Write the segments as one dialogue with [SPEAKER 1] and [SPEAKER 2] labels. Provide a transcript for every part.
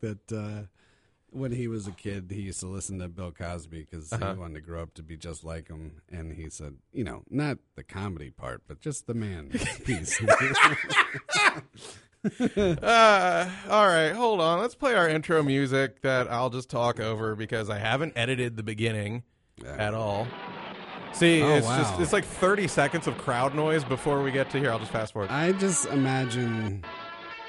[SPEAKER 1] that uh, when he was a kid, he used to listen to Bill Cosby because
[SPEAKER 2] Uh-huh.
[SPEAKER 1] he wanted to grow up to be just like him. And he said, you know, not the comedy part, but just the man piece.
[SPEAKER 2] Uh, all right, hold on. Let's play our intro music that I'll just talk over because I haven't edited the beginning at all. See,
[SPEAKER 1] Oh,
[SPEAKER 2] it's just
[SPEAKER 1] wow.
[SPEAKER 2] it's like 30 seconds of crowd noise before we get to here. I'll just fast forward.
[SPEAKER 1] I just imagine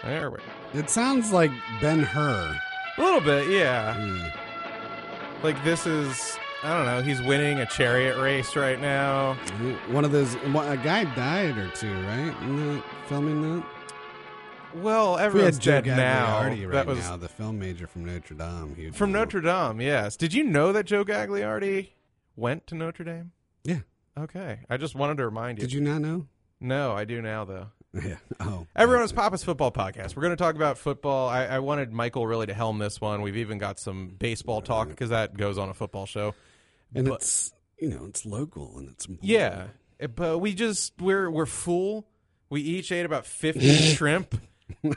[SPEAKER 2] There we
[SPEAKER 1] it sounds like Ben Hur.
[SPEAKER 2] A little bit, yeah.
[SPEAKER 1] Mm.
[SPEAKER 2] Like this is I don't know, he's winning a chariot race right now.
[SPEAKER 1] One of those, one- a guy died or two, right? In the filming that?
[SPEAKER 2] Well,
[SPEAKER 1] We had
[SPEAKER 2] everyone's
[SPEAKER 1] Joe
[SPEAKER 2] dead now.
[SPEAKER 1] Gagliardi right
[SPEAKER 2] that was
[SPEAKER 1] now, the film major from Notre Dame. Huge
[SPEAKER 2] from
[SPEAKER 1] moment.
[SPEAKER 2] Notre Dame. Yes. Did you know that Joe Gagliardi went to Notre Dame?
[SPEAKER 1] Yeah.
[SPEAKER 2] Okay. I just wanted to remind you.
[SPEAKER 1] Did you not know?
[SPEAKER 2] No, I do now though.
[SPEAKER 1] Yeah. Oh.
[SPEAKER 2] Everyone, it's Papa's Football Podcast. We're going to talk about football. I, I wanted Michael really to helm this one. We've even got some baseball talk because that goes on a football show.
[SPEAKER 1] and
[SPEAKER 2] but-
[SPEAKER 1] it's you know it's local and it's important.
[SPEAKER 2] Yeah, but we just we're we're full. We each ate about fifty shrimp,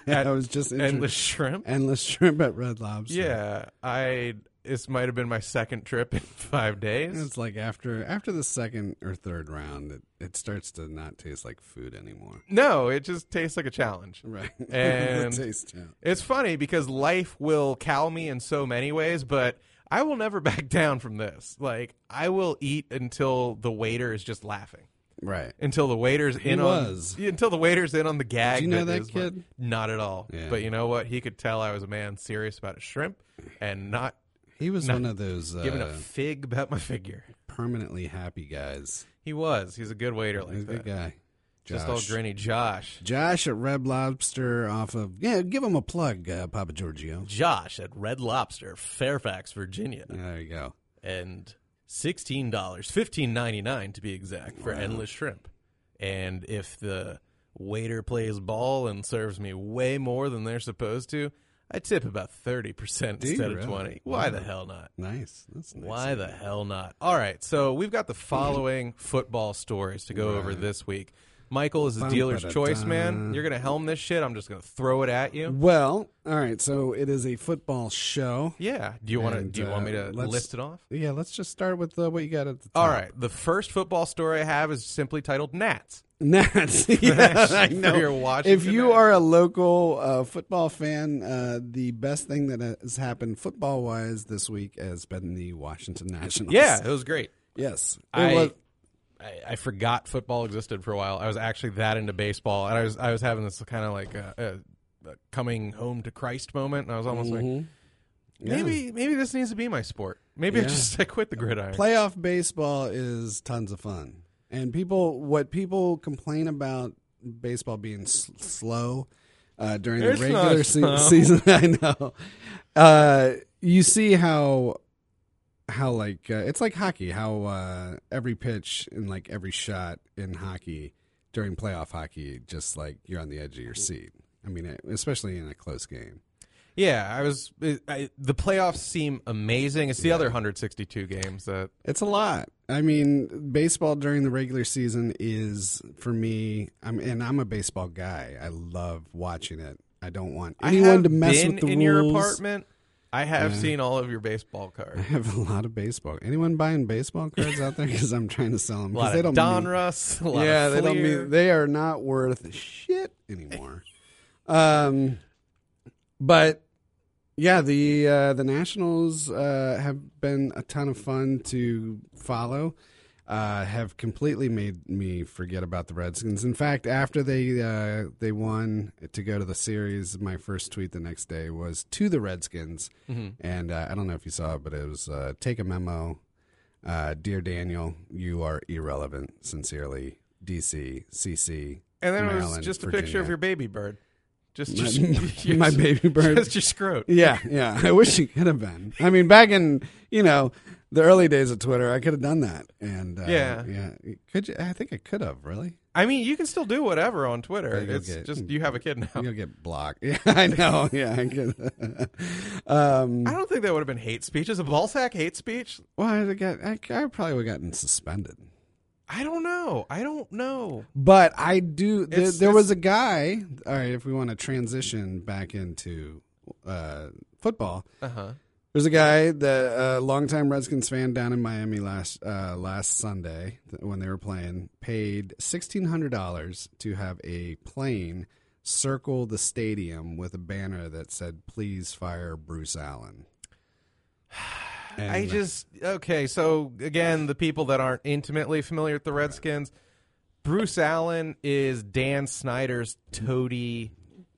[SPEAKER 1] I was just
[SPEAKER 2] endless
[SPEAKER 1] endless
[SPEAKER 2] shrimp.
[SPEAKER 1] endless shrimp at Red Lobster.
[SPEAKER 2] Yeah, I this might have been my second trip in five
[SPEAKER 1] And
[SPEAKER 2] days.
[SPEAKER 1] It's like after after the second or third round, it, it starts to not taste like food anymore.
[SPEAKER 2] No, it just tastes like a challenge.
[SPEAKER 1] Right.
[SPEAKER 2] And-
[SPEAKER 1] the taste challenge.
[SPEAKER 2] It's funny because life will cow me in so many ways, but I will never back down from this. Like I will eat until the waiter is just laughing,
[SPEAKER 1] Right.
[SPEAKER 2] until the waiter's in
[SPEAKER 1] was.
[SPEAKER 2] on yeah, until the waiter's in on the gag.
[SPEAKER 1] Do you know that
[SPEAKER 2] is my-
[SPEAKER 1] kid?
[SPEAKER 2] not at all.
[SPEAKER 1] Yeah.
[SPEAKER 2] But you know what? He could tell I was a man serious about a shrimp and not
[SPEAKER 1] He was
[SPEAKER 2] No.
[SPEAKER 1] one of those
[SPEAKER 2] giving a
[SPEAKER 1] uh,
[SPEAKER 2] fig about my figure.
[SPEAKER 1] permanently happy guys.
[SPEAKER 2] He was. He's a good waiter
[SPEAKER 1] He's a
[SPEAKER 2] like
[SPEAKER 1] good
[SPEAKER 2] that.
[SPEAKER 1] guy.
[SPEAKER 2] Just all
[SPEAKER 1] Josh.
[SPEAKER 2] grinny, Josh.
[SPEAKER 1] Josh at Red Lobster off of yeah, give him a plug, uh, Papa Giorgio.
[SPEAKER 3] Josh at Red Lobster, Fairfax, Virginia,
[SPEAKER 1] There you go.
[SPEAKER 3] and sixteen dollars, fifteen ninety nine to be exact, for endless shrimp. And if the waiter plays ball and serves me way more than they're supposed to, I tip about thirty percent
[SPEAKER 1] Do you
[SPEAKER 3] instead of
[SPEAKER 1] really?
[SPEAKER 3] twenty. Why the
[SPEAKER 1] Wow.
[SPEAKER 3] hell not?
[SPEAKER 1] Nice. That's nice.
[SPEAKER 3] Why the hell not? All right, so we've got the following football stories to go over this week. Michael is the
[SPEAKER 1] Bum,
[SPEAKER 3] dealer's
[SPEAKER 1] ba-da-da.
[SPEAKER 3] choice man. You're gonna helm this shit. I'm just gonna throw it at you.
[SPEAKER 1] Well, all right. So it is a football show.
[SPEAKER 2] Yeah. Do you want to?
[SPEAKER 1] And,
[SPEAKER 2] Do you want me
[SPEAKER 1] uh,
[SPEAKER 2] to
[SPEAKER 1] let's-
[SPEAKER 2] list it off?
[SPEAKER 1] Yeah, let's just start with uh, what you got at the top.
[SPEAKER 2] All right. The first football story I have is simply titled "Gnats."
[SPEAKER 1] Nats. yeah, I
[SPEAKER 2] For
[SPEAKER 1] know.
[SPEAKER 2] your Washington
[SPEAKER 1] if you
[SPEAKER 2] Nats.
[SPEAKER 1] are a local uh, football fan, uh, the best thing that has happened football wise this week has been the Washington Nationals.
[SPEAKER 2] Yeah, it was great.
[SPEAKER 1] Yes. It
[SPEAKER 2] I,
[SPEAKER 1] was-
[SPEAKER 2] I I forgot football existed for a while. I was actually that into baseball, and I was I was having this kind of like a, a, a coming home to Christ moment, and I was almost
[SPEAKER 1] Mm-hmm.
[SPEAKER 2] like, maybe maybe this needs to be my sport. Maybe I
[SPEAKER 1] Yeah.
[SPEAKER 2] just I quit the gridiron.
[SPEAKER 1] playoff baseball is tons of fun and people what people complain about baseball being s- slow uh, during
[SPEAKER 2] It's
[SPEAKER 1] the
[SPEAKER 2] not
[SPEAKER 1] regular
[SPEAKER 2] slow.
[SPEAKER 1] se- season i know uh, you see how how like uh, it's like hockey how uh, every pitch and like every shot in hockey during playoff hockey just like you're on the edge of your seat i mean e, especially in a close game
[SPEAKER 2] yeah, I was. I, the playoffs seem amazing. It's the other 162 games that
[SPEAKER 1] It's a lot. I mean, baseball during the regular season is for me. I'm and I'm a baseball guy. I love watching it. I don't want anyone
[SPEAKER 2] I have
[SPEAKER 1] to mess
[SPEAKER 2] been
[SPEAKER 1] with the
[SPEAKER 2] in your
[SPEAKER 1] rules.
[SPEAKER 2] apartment. I have seen all of your baseball
[SPEAKER 1] I
[SPEAKER 2] cards.
[SPEAKER 1] have a lot of baseball. Anyone buying baseball cards out there? Because I'm trying to sell them.
[SPEAKER 3] A lot
[SPEAKER 1] they
[SPEAKER 3] of
[SPEAKER 1] don't
[SPEAKER 3] Don
[SPEAKER 1] mean-
[SPEAKER 3] Russ. A lot
[SPEAKER 1] yeah,
[SPEAKER 3] of
[SPEAKER 1] they don't
[SPEAKER 3] Fleer.
[SPEAKER 1] mean they are not worth shit anymore. um, but yeah, the uh, the Nationals uh, have been a ton of fun to follow. Uh, have completely made me forget about the Redskins. In fact, after they uh, they won to go to the series, my first tweet the next day was to the Redskins, and uh, I don't know if you saw it, but it was uh, take a memo uh, dear Daniel, you are irrelevant. Sincerely, DC, CC.
[SPEAKER 2] And then it
[SPEAKER 1] Maryland,
[SPEAKER 2] was just a
[SPEAKER 1] Virginia.
[SPEAKER 2] picture of your baby bird. Just, just
[SPEAKER 1] my, my
[SPEAKER 2] just-
[SPEAKER 1] baby bird.
[SPEAKER 2] Just your scrote.
[SPEAKER 1] yeah, yeah. I wish you could have been. I mean, back in you know the early days of Twitter, I could have done that. And uh,
[SPEAKER 2] Yeah.
[SPEAKER 1] yeah. Could you? I think I could have. Really?
[SPEAKER 2] I mean, you can still do whatever on Twitter.
[SPEAKER 1] Yeah, you'll
[SPEAKER 2] It's
[SPEAKER 1] get- Hmm.
[SPEAKER 2] just you have a kid now.
[SPEAKER 1] You'll get blocked. Yeah, I know. Yeah, I could. um,
[SPEAKER 2] I don't think that would have been hate speech. Is a ball sack hate speech?
[SPEAKER 1] well, I got. I, I probably would have gotten suspended.
[SPEAKER 2] I don't know. I don't know.
[SPEAKER 1] But I do. There,
[SPEAKER 2] It's-
[SPEAKER 1] there
[SPEAKER 2] it's-
[SPEAKER 1] was a guy. All right, if we want to transition back into uh, football.
[SPEAKER 2] Uh huh.
[SPEAKER 1] There's a guy that a longtime Redskins fan down in Miami last uh, last Sunday th- when they were playing paid sixteen hundred dollars to have a plane circle the stadium with a banner that said "Please fire Bruce Allen." And
[SPEAKER 2] I just okay. So again, the people that aren't intimately familiar with the Redskins, Bruce Allen is Dan Snyder's toady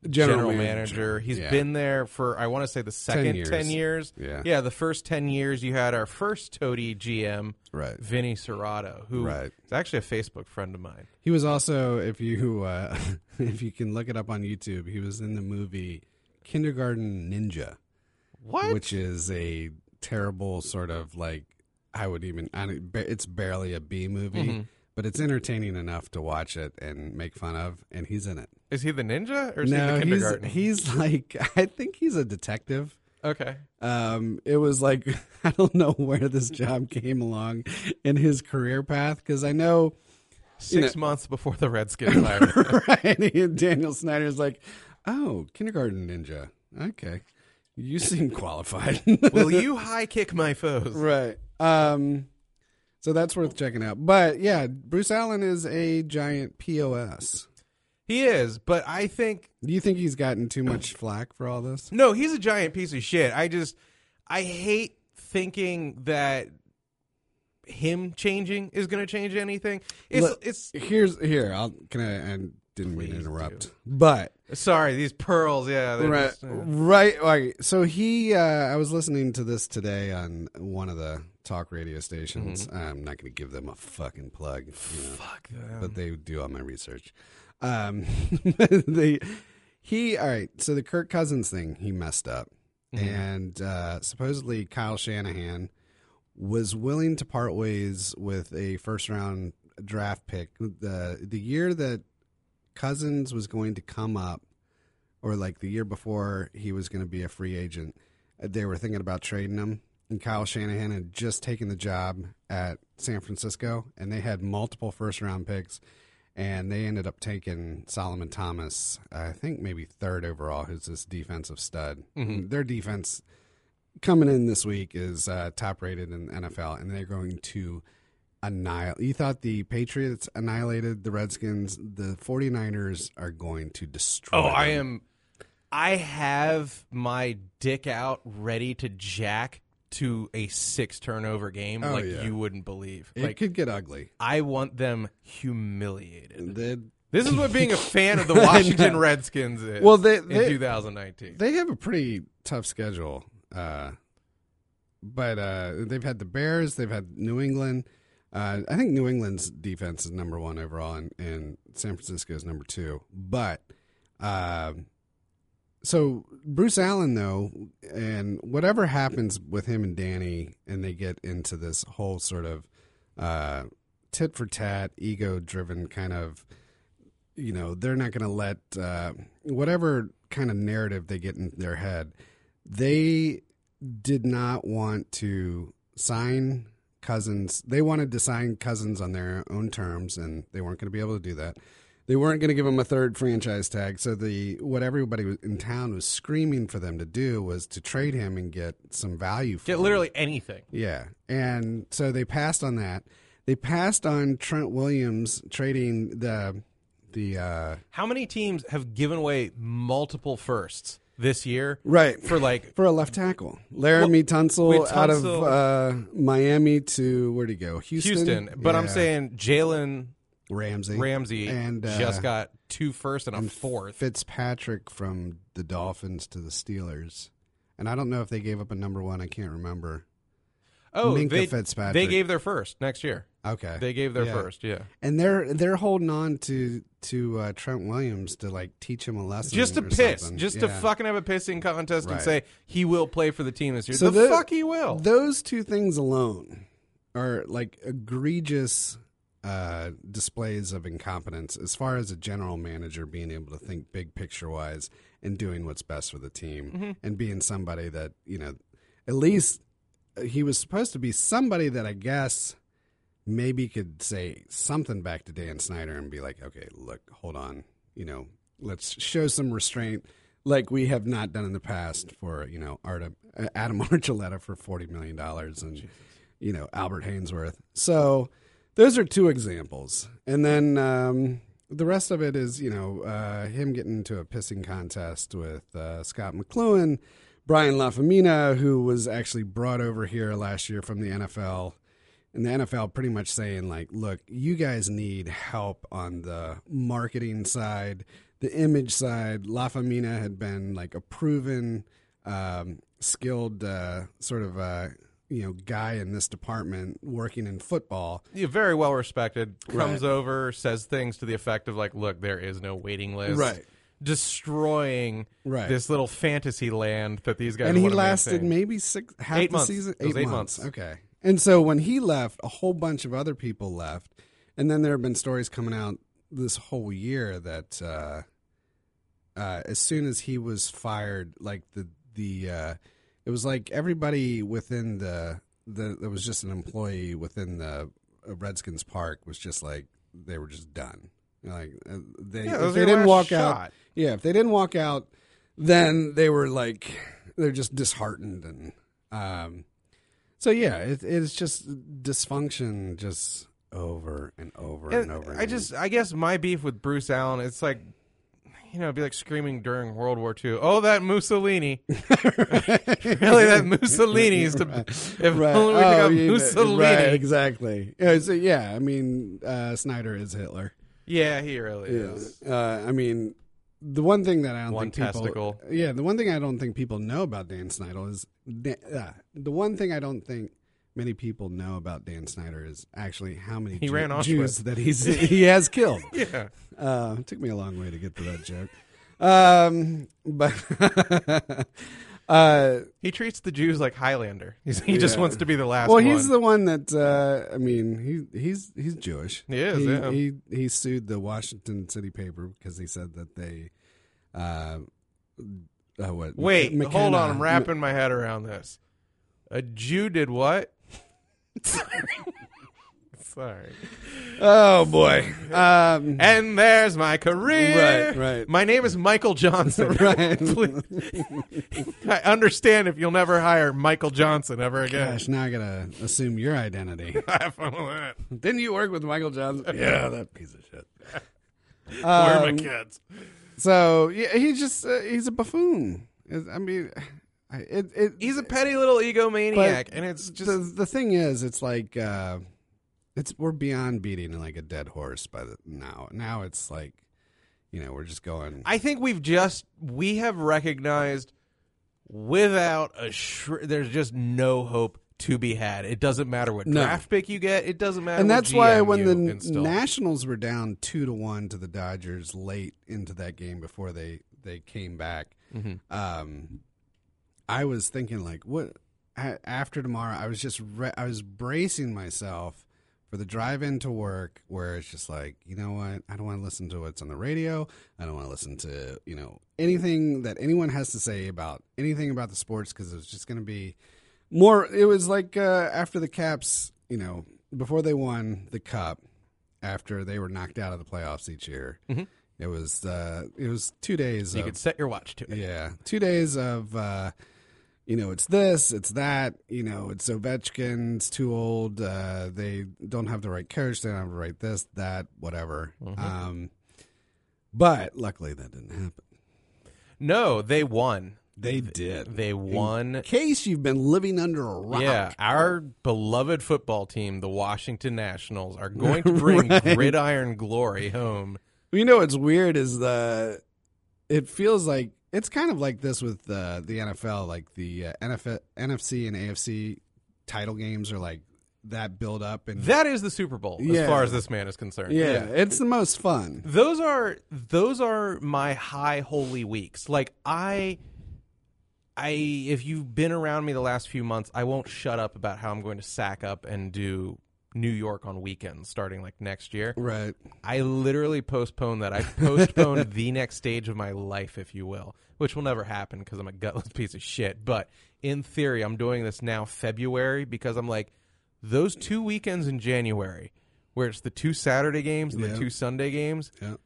[SPEAKER 2] general, manager. He's
[SPEAKER 1] Yeah.
[SPEAKER 2] been there for I want to say the second ten
[SPEAKER 1] years.
[SPEAKER 2] years.
[SPEAKER 1] Yeah.
[SPEAKER 2] the first ten years you had our first toady GM,
[SPEAKER 1] right.
[SPEAKER 2] Vinny Serrato, who is
[SPEAKER 1] Right.
[SPEAKER 2] actually a Facebook friend of mine.
[SPEAKER 1] He was also, if you uh, if you can look it up on YouTube, he was in the movie Kindergarten Ninja,
[SPEAKER 2] What?
[SPEAKER 1] which is a terrible sort of like I would even I don't, ba- it's barely a B movie,
[SPEAKER 2] Mm-hmm.
[SPEAKER 1] but it's entertaining enough to watch it and make fun of, and he's in it.
[SPEAKER 2] Is he the ninja or is he
[SPEAKER 1] no,
[SPEAKER 2] the
[SPEAKER 1] he's
[SPEAKER 2] kindergarten?
[SPEAKER 1] he's like I think he's a detective.
[SPEAKER 2] okay.
[SPEAKER 1] Um, it was like I don't know where this job came along in his career path because I know
[SPEAKER 2] Six months before the Redskins hired. him.
[SPEAKER 1] right? And Daniel Snyder's like, oh, kindergarten ninja. Okay. You seem qualified.
[SPEAKER 2] Will you high kick my foes?
[SPEAKER 1] right. Um, so that's worth checking out. But yeah, Bruce Allen is a giant POS.
[SPEAKER 2] He is, but I think
[SPEAKER 1] Do you think he's gotten too much flack for all this?
[SPEAKER 2] No, he's a giant piece of shit. I just I hate thinking that him changing is going to change anything. It's
[SPEAKER 1] Look-
[SPEAKER 2] it's
[SPEAKER 1] Here's here. I'll can I and didn't mean to
[SPEAKER 2] Please do.
[SPEAKER 1] interrupt, but
[SPEAKER 2] sorry, these pearls, yeah. they're
[SPEAKER 1] right,
[SPEAKER 2] just, uh,
[SPEAKER 1] right, right. So he, uh, I was listening to this today on one of the talk radio stations.
[SPEAKER 2] Mm-hmm.
[SPEAKER 1] I'm not going to give them a fucking plug. you know.
[SPEAKER 2] fuck them.
[SPEAKER 1] but they do all my research. Um, they, he, all right. So the Kirk Cousins thing, he messed up, and uh, supposedly Kyle Shanahan was willing to part ways with a first round draft pick the the year that Cousins was going to come up, or like the year before he was going to be a free agent. uh, They were thinking about trading him. And Kyle Shanahan had just taken the job at San Francisco, and they had multiple first round picks, and they ended up taking Solomon Thomas, I think maybe third overall, who's this defensive stud.
[SPEAKER 2] Mm-hmm.
[SPEAKER 1] Their defense coming in this week is uh, top rated in the NFL, and they're going to annihilate. You thought the Patriots annihilated the Redskins. The 49ers are going to destroy.
[SPEAKER 2] Oh, I
[SPEAKER 1] them.
[SPEAKER 2] am I have my dick out ready to jack to a six turnover game
[SPEAKER 1] Oh,
[SPEAKER 2] like
[SPEAKER 1] yeah.
[SPEAKER 2] you wouldn't believe.
[SPEAKER 1] It
[SPEAKER 2] like
[SPEAKER 1] could get ugly.
[SPEAKER 2] I want them humiliated.
[SPEAKER 1] They,
[SPEAKER 2] This is what being a fan of the Washington Redskins is.
[SPEAKER 1] Well, they-
[SPEAKER 2] in
[SPEAKER 1] they-
[SPEAKER 2] 2019.
[SPEAKER 1] they have a pretty tough schedule. Uh, but uh, they've had the Bears, they've had New England. Uh, I think New England's defense is number one overall, and, and San Francisco is number two. But um so Bruce Allen, though, and whatever happens with him and Danny, and they get into this whole sort of uh, tit for tat, ego driven kind of you know they're not going to let uh, whatever kind of narrative they get in their head they did not want to sign cousins they wanted to sign cousins on their own terms and they weren't going to be able to do that they weren't going to give him a third franchise tag so the what everybody was- in town was screaming for them to do was to trade him and get some value for
[SPEAKER 2] Get
[SPEAKER 1] him.
[SPEAKER 2] literally anything.
[SPEAKER 1] Yeah. And so they passed on that. They passed on Trent Williams trading the the uh
[SPEAKER 2] How many teams have given away multiple firsts this year
[SPEAKER 1] right
[SPEAKER 2] for like
[SPEAKER 1] for a left tackle. Laramie Tunsil,
[SPEAKER 2] with
[SPEAKER 1] out of uh
[SPEAKER 2] Tunsil-
[SPEAKER 1] Miami to where'd he go? Houston.
[SPEAKER 2] Houston? But I'm
[SPEAKER 1] Yeah.
[SPEAKER 2] saying Jalen
[SPEAKER 1] Ramsey.
[SPEAKER 2] Ramsey
[SPEAKER 1] And, uh,
[SPEAKER 2] just got two first and a fourth.
[SPEAKER 1] Fitzpatrick from the Dolphins to the Steelers. And I don't know if they gave up a number one, I can't remember.
[SPEAKER 2] Oh,
[SPEAKER 1] Minka
[SPEAKER 2] they,
[SPEAKER 1] Fitzpatrick.
[SPEAKER 2] they gave their first next year.
[SPEAKER 1] Okay.
[SPEAKER 2] They gave their
[SPEAKER 1] Yeah.
[SPEAKER 2] first, yeah.
[SPEAKER 1] and they're they're holding on to to uh, Trent Williams to like teach him a lesson.
[SPEAKER 2] Just to
[SPEAKER 1] or
[SPEAKER 2] piss,
[SPEAKER 1] something.
[SPEAKER 2] just to
[SPEAKER 1] Yeah.
[SPEAKER 2] fucking have a pissing contest
[SPEAKER 1] Right.
[SPEAKER 2] and say he will play for the team this year.
[SPEAKER 1] So
[SPEAKER 2] the,
[SPEAKER 1] the-
[SPEAKER 2] fuck he will.
[SPEAKER 1] Those two things alone are like egregious uh, displays of incompetence as far as a general manager being able to think big picture wise and doing what's best for the team and being somebody that, you know, at least uh, he was supposed to be somebody that I guess maybe could say something back to Dan Snyder and be like, okay, look, hold on, you know, let's show some restraint. like we have not done in the past for you know Art, uh, Adam Archuleta for forty million dollars and you know Albert Hainsworth. So those are two examples, and then um, the rest of it is you know uh, him getting into a pissing contest with uh, Scott McLuhan, Brian LaFamina, who was actually brought over here last year from the NFL. And the NFL pretty much saying like, look, you guys need help on the marketing side the image side, La Famina had been like a proven, um, skilled uh, sort of uh, you know guy in this department working in football.
[SPEAKER 2] Yeah, very well respected. Comes over, says things to the effect of like, "Look, there is no waiting list."
[SPEAKER 1] Right.
[SPEAKER 2] Destroying
[SPEAKER 1] Right.
[SPEAKER 2] this little fantasy land that these guys.
[SPEAKER 1] And he
[SPEAKER 2] wanna
[SPEAKER 1] lasted
[SPEAKER 2] maintain.
[SPEAKER 1] maybe six half
[SPEAKER 2] Eight
[SPEAKER 1] the
[SPEAKER 2] months.
[SPEAKER 1] season,
[SPEAKER 2] It was eight months.
[SPEAKER 1] Okay. And so when he left, a whole bunch of other people left, and then there have been stories coming out this whole year that uh, uh, as soon as he was fired, like the the uh, it was like everybody within the the that was just an employee within the uh, Redskins park was just like they were just done. Like uh, they
[SPEAKER 2] Yeah, that
[SPEAKER 1] if
[SPEAKER 2] was
[SPEAKER 1] they
[SPEAKER 2] your
[SPEAKER 1] didn't
[SPEAKER 2] last
[SPEAKER 1] walk out.
[SPEAKER 2] shot.
[SPEAKER 1] Yeah, if they didn't walk out, then they were like they're just disheartened and um so yeah, it it's just dysfunction just over and over and,
[SPEAKER 2] And
[SPEAKER 1] over.
[SPEAKER 2] I just, I guess my beef with Bruce Allen, it's like, you know, it'd be like screaming during World War II. Oh, that Mussolini! really, that Mussolini is to. If only we
[SPEAKER 1] Oh,
[SPEAKER 2] got
[SPEAKER 1] you know,
[SPEAKER 2] Mussolini.
[SPEAKER 1] right, exactly. Yeah, so, yeah, I mean uh Snyder is Hitler.
[SPEAKER 2] Yeah, he really is.
[SPEAKER 1] Uh, I mean, the one thing that I don't
[SPEAKER 2] One
[SPEAKER 1] think people,
[SPEAKER 2] testicle.
[SPEAKER 1] Yeah, the one thing I don't think people know about Dan Snyder is Da- uh, the one thing I don't think many people know about Dan Snyder is actually how many
[SPEAKER 2] He
[SPEAKER 1] Ju-
[SPEAKER 2] ran Auschwitz.
[SPEAKER 1] Jews that he's he has killed.
[SPEAKER 2] Yeah.
[SPEAKER 1] Uh, it took me a long way to get to that joke. Um, but uh,
[SPEAKER 2] He treats the Jews like Highlander. He's, he just
[SPEAKER 1] Yeah.
[SPEAKER 2] wants to be the last
[SPEAKER 1] well,
[SPEAKER 2] one.
[SPEAKER 1] he's the one that uh, I mean, he he's he's Jewish.
[SPEAKER 2] He is,
[SPEAKER 1] He,
[SPEAKER 2] yeah.
[SPEAKER 1] he he sued the Washington City paper because he said that they, uh, uh what?
[SPEAKER 2] Wait,
[SPEAKER 1] McKenna-
[SPEAKER 2] hold on. I'm wrapping my head around this. A Jew did what? Sorry.
[SPEAKER 1] Oh boy. Um,
[SPEAKER 2] And there's my career.
[SPEAKER 1] Right, right.
[SPEAKER 2] My name is Michael Johnson.
[SPEAKER 1] Right.
[SPEAKER 2] Please. I understand if you'll never hire Michael Johnson ever again.
[SPEAKER 1] gosh, now I gotta assume your identity.
[SPEAKER 2] Have fun with that.
[SPEAKER 1] Didn't you work with Michael Johnson? Yeah, that piece of shit.
[SPEAKER 2] Where are my
[SPEAKER 1] Um,
[SPEAKER 2] kids?
[SPEAKER 1] So yeah, he just uh, he's a buffoon. It- I mean, I- it, it
[SPEAKER 2] He's a petty little egomaniac, and it's just
[SPEAKER 1] the the thing is, it's like uh, it's we're beyond beating like a dead horse by the now. Now it's like you know we're just going.
[SPEAKER 2] I think we've just we have recognized without a shr- there's just no hope to be had. It doesn't matter what
[SPEAKER 1] No.
[SPEAKER 2] draft pick you get. It doesn't matter.
[SPEAKER 1] and
[SPEAKER 2] what
[SPEAKER 1] that's why
[SPEAKER 2] GM
[SPEAKER 1] when
[SPEAKER 2] you
[SPEAKER 1] the
[SPEAKER 2] install.
[SPEAKER 1] Nationals were down two to one to the Dodgers late into that game before they they came back,
[SPEAKER 2] Mm-hmm.
[SPEAKER 1] um, I was thinking like, what a- after tomorrow? I was just re- I was bracing myself for the drive in to work, where it's just like, you know what? I don't want to listen to what's on the radio. I don't want to listen to you know anything that anyone has to say about anything about the sports because it's just going to be more it was like uh, after the caps you know before they won the cup after they were knocked out of the playoffs each year it was uh it was two days
[SPEAKER 2] Mm-hmm. you
[SPEAKER 1] of,
[SPEAKER 2] could set your watch to it.
[SPEAKER 1] yeah two days of uh you know it's this it's that you know it's Ovechkin's too old uh they don't have the right coach they don't have the right this that whatever
[SPEAKER 2] Mm-hmm.
[SPEAKER 1] um but luckily that didn't happen
[SPEAKER 2] No, they won.
[SPEAKER 1] they did
[SPEAKER 2] They won.
[SPEAKER 1] in case you've been living under a rock
[SPEAKER 2] Yeah, our beloved football team, the Washington Nationals, are going to bring gridiron glory home.
[SPEAKER 1] You know what's weird is the it feels like it's kind of like this with the the NFL, like the uh, NFL, NFC and AFC title games are like that build up and
[SPEAKER 2] That is the Super Bowl, as
[SPEAKER 1] Yeah.
[SPEAKER 2] far as this man is concerned.
[SPEAKER 1] yeah, it's the most fun.
[SPEAKER 2] those are those are my high holy weeks like i i if you've been around me the last few months i won't shut up about how i'm going to sack up and do new york on weekends starting like next year
[SPEAKER 1] Right.
[SPEAKER 2] i literally postponed that i postponed the next stage of my life if you will which will never happen because i'm a gutless piece of shit but in theory i'm doing this now february because i'm like those two weekends in january where it's the two saturday games and
[SPEAKER 1] Yeah.
[SPEAKER 2] the two sunday games
[SPEAKER 1] Yeah.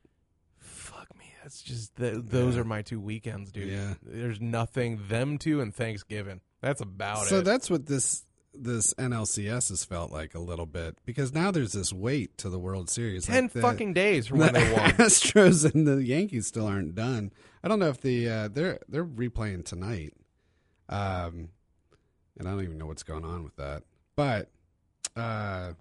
[SPEAKER 2] fuck me That's just th- those are my two weekends, dude.
[SPEAKER 1] Yeah.
[SPEAKER 2] There's nothing them two and Thanksgiving. That's about
[SPEAKER 1] so
[SPEAKER 2] it.
[SPEAKER 1] that's what this this NLCS has felt like a little bit because now there's this weight to the World Series.
[SPEAKER 2] Ten
[SPEAKER 1] like the-
[SPEAKER 2] fucking days from when
[SPEAKER 1] the
[SPEAKER 2] they won.
[SPEAKER 1] Astros and the Yankees still aren't done. I don't know if the uh, they're they're replaying tonight, um, and I don't even know what's going on with that. But uh,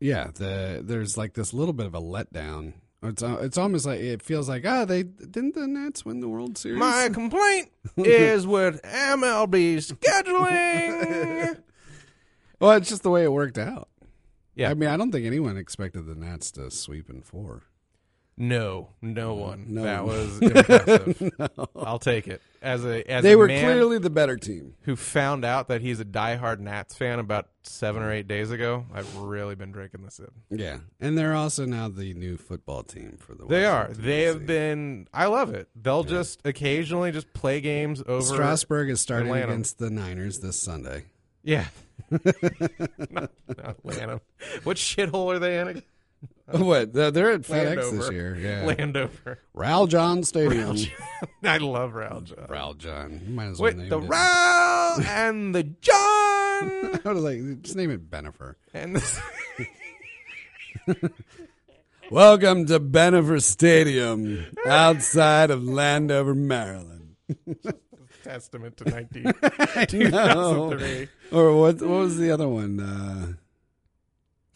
[SPEAKER 1] yeah, the there's like this little bit of a letdown. It's al- it's almost like it feels like ah they didn't the Nats win the World Series.
[SPEAKER 2] My complaint is with MLB scheduling.
[SPEAKER 1] well, it's just the way it worked out.
[SPEAKER 2] Yeah.
[SPEAKER 1] I mean, I don't think anyone expected the Nats to sweep in four.
[SPEAKER 2] No, no one.
[SPEAKER 1] No
[SPEAKER 2] that
[SPEAKER 1] one.
[SPEAKER 2] was impressive. I'll take it as a as
[SPEAKER 1] They
[SPEAKER 2] a
[SPEAKER 1] were
[SPEAKER 2] man
[SPEAKER 1] clearly the better team.
[SPEAKER 2] who found out that he's a diehard Nats fan about seven or eight days ago. I've really been drinking this in.
[SPEAKER 1] Yeah, and they're also now the new football team for the.
[SPEAKER 2] They are.
[SPEAKER 1] Washington,
[SPEAKER 2] They have
[SPEAKER 1] D.C.
[SPEAKER 2] been. I love it. They'll just occasionally just play games over.
[SPEAKER 1] Strasburg is starting
[SPEAKER 2] Atlanta.
[SPEAKER 1] against the Niners this Sunday.
[SPEAKER 2] Yeah. not, not Lanham. What shithole are they in? again?
[SPEAKER 1] what? They're, they're at FedEx
[SPEAKER 2] Landover.
[SPEAKER 1] this year. Yeah,
[SPEAKER 2] Landover.
[SPEAKER 1] Ral John Stadium.
[SPEAKER 2] I love Raul John.
[SPEAKER 1] Ral John. You Might as well
[SPEAKER 2] With
[SPEAKER 1] name
[SPEAKER 2] the
[SPEAKER 1] it.
[SPEAKER 2] Raul and the John.
[SPEAKER 1] I was like, just name it Benifer.
[SPEAKER 2] and the,
[SPEAKER 1] Welcome to Benifer Stadium, outside of Landover, Maryland.
[SPEAKER 2] testament to 19.
[SPEAKER 1] No. Or what? What was the other one? Uh,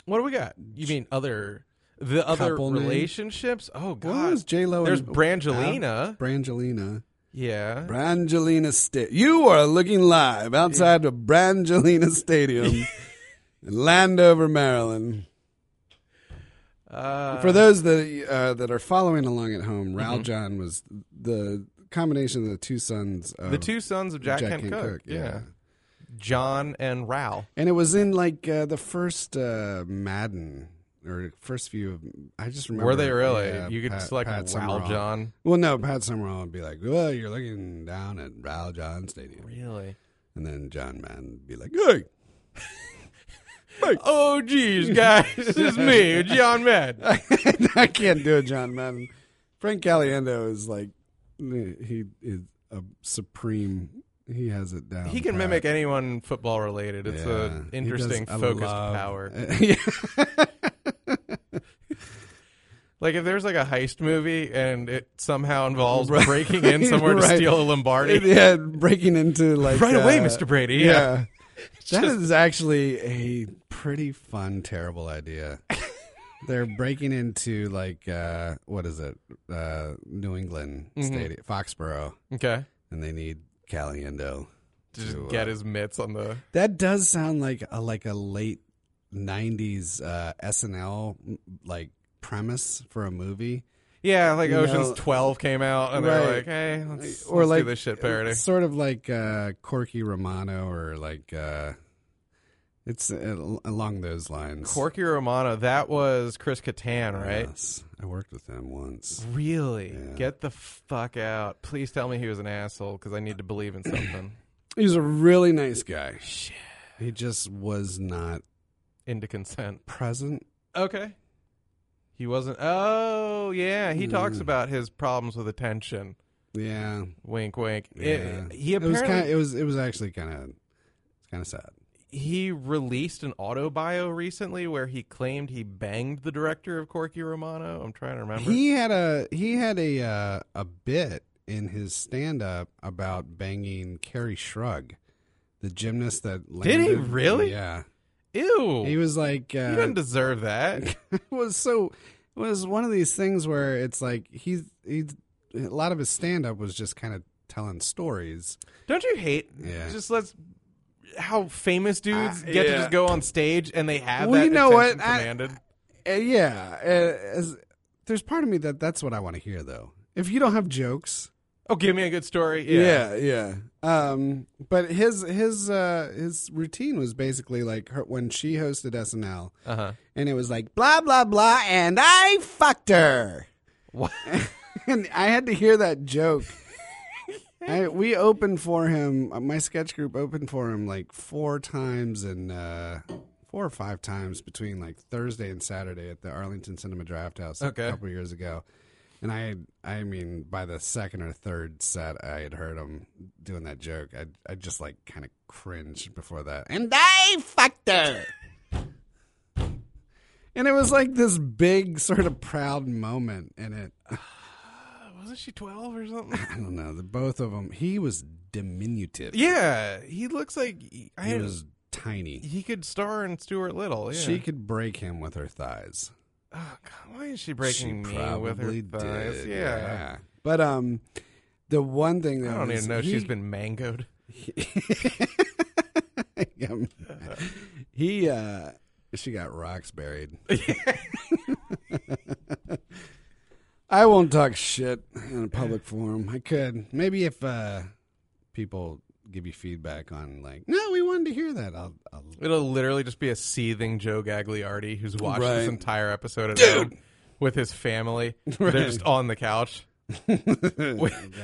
[SPEAKER 2] What do we got? You mean other the other
[SPEAKER 1] Couple name?
[SPEAKER 2] relationships? Oh
[SPEAKER 1] what
[SPEAKER 2] god.
[SPEAKER 1] was J Lo?
[SPEAKER 2] There's Brangelina.
[SPEAKER 1] Brangelina.
[SPEAKER 2] Yeah.
[SPEAKER 1] Brangelina State. You are looking live outside of Brangelina Stadium in Landover, Maryland.
[SPEAKER 2] Uh, Mm-hmm.
[SPEAKER 1] For those that uh, that are following along at home, Ral John was the combination of the two sons of
[SPEAKER 2] the two sons of Jack, Kent, Cook. Yeah. John and Ral.
[SPEAKER 1] And it was in like uh, the first uh, Madden or first few of I just remember
[SPEAKER 2] Were they really?
[SPEAKER 1] yeah,
[SPEAKER 2] you could
[SPEAKER 1] Pat-
[SPEAKER 2] select
[SPEAKER 1] Pat
[SPEAKER 2] Ral
[SPEAKER 1] Summerall.
[SPEAKER 2] John.
[SPEAKER 1] Well, no, Pat Summerall would be like, "Well, you're looking down at Ral John Stadium."
[SPEAKER 2] Really?
[SPEAKER 1] And then John Madden would be like, hey,
[SPEAKER 2] Oh geez, guys. this is me, John Madden.
[SPEAKER 1] I can't do it, John Madden. Frank Caliendo is like, he is a supreme, he has it down.
[SPEAKER 2] He can
[SPEAKER 1] pat.
[SPEAKER 2] mimic anyone football related. It's
[SPEAKER 1] Yeah.
[SPEAKER 2] an
[SPEAKER 1] He
[SPEAKER 2] interesting
[SPEAKER 1] does a
[SPEAKER 2] focused
[SPEAKER 1] lot.
[SPEAKER 2] power.
[SPEAKER 1] yeah.
[SPEAKER 2] Like if there's like a heist movie and it somehow involves breaking in somewhere to
[SPEAKER 1] Right.
[SPEAKER 2] steal a Lombardi.
[SPEAKER 1] yeah, breaking into like.
[SPEAKER 2] Right away,
[SPEAKER 1] uh,
[SPEAKER 2] Mr. Brady.
[SPEAKER 1] Yeah.
[SPEAKER 2] Yeah.
[SPEAKER 1] That is actually a pretty fun, terrible idea. They're breaking into like, uh, what is it? Uh, New England
[SPEAKER 2] Mm-hmm.
[SPEAKER 1] Stadium, Foxborough,
[SPEAKER 2] Okay.
[SPEAKER 1] and they need Caliendo.
[SPEAKER 2] To just
[SPEAKER 1] To,
[SPEAKER 2] get his mitts on the
[SPEAKER 1] That does sound like a like a late '90s uh, SNL m- like premise for a movie,
[SPEAKER 2] yeah, like
[SPEAKER 1] You
[SPEAKER 2] Ocean's
[SPEAKER 1] know-
[SPEAKER 2] Twelve came out, and they're
[SPEAKER 1] Right.
[SPEAKER 2] like, "Hey, let's,
[SPEAKER 1] or
[SPEAKER 2] let's
[SPEAKER 1] like
[SPEAKER 2] do this shit parody."
[SPEAKER 1] sort of like uh, Corky Romano, or like uh, it's uh, along those lines.
[SPEAKER 2] Corky Romano, that was Chris Kattan, right?
[SPEAKER 1] Yes. I worked with them once.
[SPEAKER 2] Really?
[SPEAKER 1] Yeah.
[SPEAKER 2] Get the fuck out! Please tell me he was an asshole because I need to believe in something.
[SPEAKER 1] He was a really nice guy. Shit. He just was not
[SPEAKER 2] Into consent.
[SPEAKER 1] present.
[SPEAKER 2] Okay. He wasn't. Oh yeah, he talks
[SPEAKER 1] Mm.
[SPEAKER 2] about his problems with attention.
[SPEAKER 1] Yeah.
[SPEAKER 2] Wink, wink.
[SPEAKER 1] yeah.
[SPEAKER 2] It, he
[SPEAKER 1] it was
[SPEAKER 2] apparently
[SPEAKER 1] kind. It was. It was actually kind of. It's kind of sad.
[SPEAKER 2] he released an auto bio recently where he claimed he banged the director of Corky Romano. I'm trying to remember.
[SPEAKER 1] He had a he had a uh, a bit in his stand up about banging Carrie Shrug, the gymnast that landed.
[SPEAKER 2] he really?
[SPEAKER 1] Yeah,
[SPEAKER 2] Ew.
[SPEAKER 1] he was like
[SPEAKER 2] he didn't
[SPEAKER 1] uh,
[SPEAKER 2] deserve that.
[SPEAKER 1] it was so it was one of these things where it's like he's he's a lot of his stand up was just kind of telling stories.
[SPEAKER 2] Don't you hate?
[SPEAKER 1] Yeah.
[SPEAKER 2] Just let's how famous dudes
[SPEAKER 1] Uh,
[SPEAKER 2] get to
[SPEAKER 1] yeah.
[SPEAKER 2] just go on stage and they have
[SPEAKER 1] Well,
[SPEAKER 2] that
[SPEAKER 1] you know
[SPEAKER 2] attention
[SPEAKER 1] what? I-
[SPEAKER 2] commanded.
[SPEAKER 1] Uh, yeah, uh, as, there's part of me that that's what I want to hear though. If you don't have jokes,
[SPEAKER 2] oh, give me a good story. Yeah.
[SPEAKER 1] Yeah, yeah. Um, but his his uh, his routine was basically like her, when she hosted SNL,
[SPEAKER 2] Uh huh.
[SPEAKER 1] and it was like blah blah blah, and I fucked her,
[SPEAKER 2] What?
[SPEAKER 1] and I had to hear that joke. I, we opened for him. My sketch group opened for him like four times and uh, four or five times between like Thursday and Saturday at the Arlington Cinema Draft House a
[SPEAKER 2] Okay.
[SPEAKER 1] couple years ago. And I, I mean, by the second or third set, I had heard him doing that joke. I, I just like kind of cringed before that. And I fucked her. and it was like this big sort of proud moment in it.
[SPEAKER 2] Wasn't she twelve or something?
[SPEAKER 1] I don't know. The both of them. He was diminutive.
[SPEAKER 2] Yeah, he looks like he, I
[SPEAKER 1] He
[SPEAKER 2] don't-
[SPEAKER 1] was tiny.
[SPEAKER 2] he could star in Stuart Little. Yeah.
[SPEAKER 1] She could break him with her thighs.
[SPEAKER 2] Oh, God, why is she breaking
[SPEAKER 1] she
[SPEAKER 2] me with her
[SPEAKER 1] probably
[SPEAKER 2] thighs?
[SPEAKER 1] did.
[SPEAKER 2] Yeah.
[SPEAKER 1] But um, the one thing that
[SPEAKER 2] I don't
[SPEAKER 1] was-
[SPEAKER 2] even know
[SPEAKER 1] he-
[SPEAKER 2] she's been mangoed.
[SPEAKER 1] Um, he uh she got rocks buried i won't talk shit in a public forum i could maybe if uh people give you feedback on like no we wanted to hear that i'll, I'll
[SPEAKER 2] It'll literally just be a seething Joe Gagliardi who's watched
[SPEAKER 1] Right.
[SPEAKER 2] this entire episode at
[SPEAKER 1] Dude!
[SPEAKER 2] home with his family. They're just on the couch,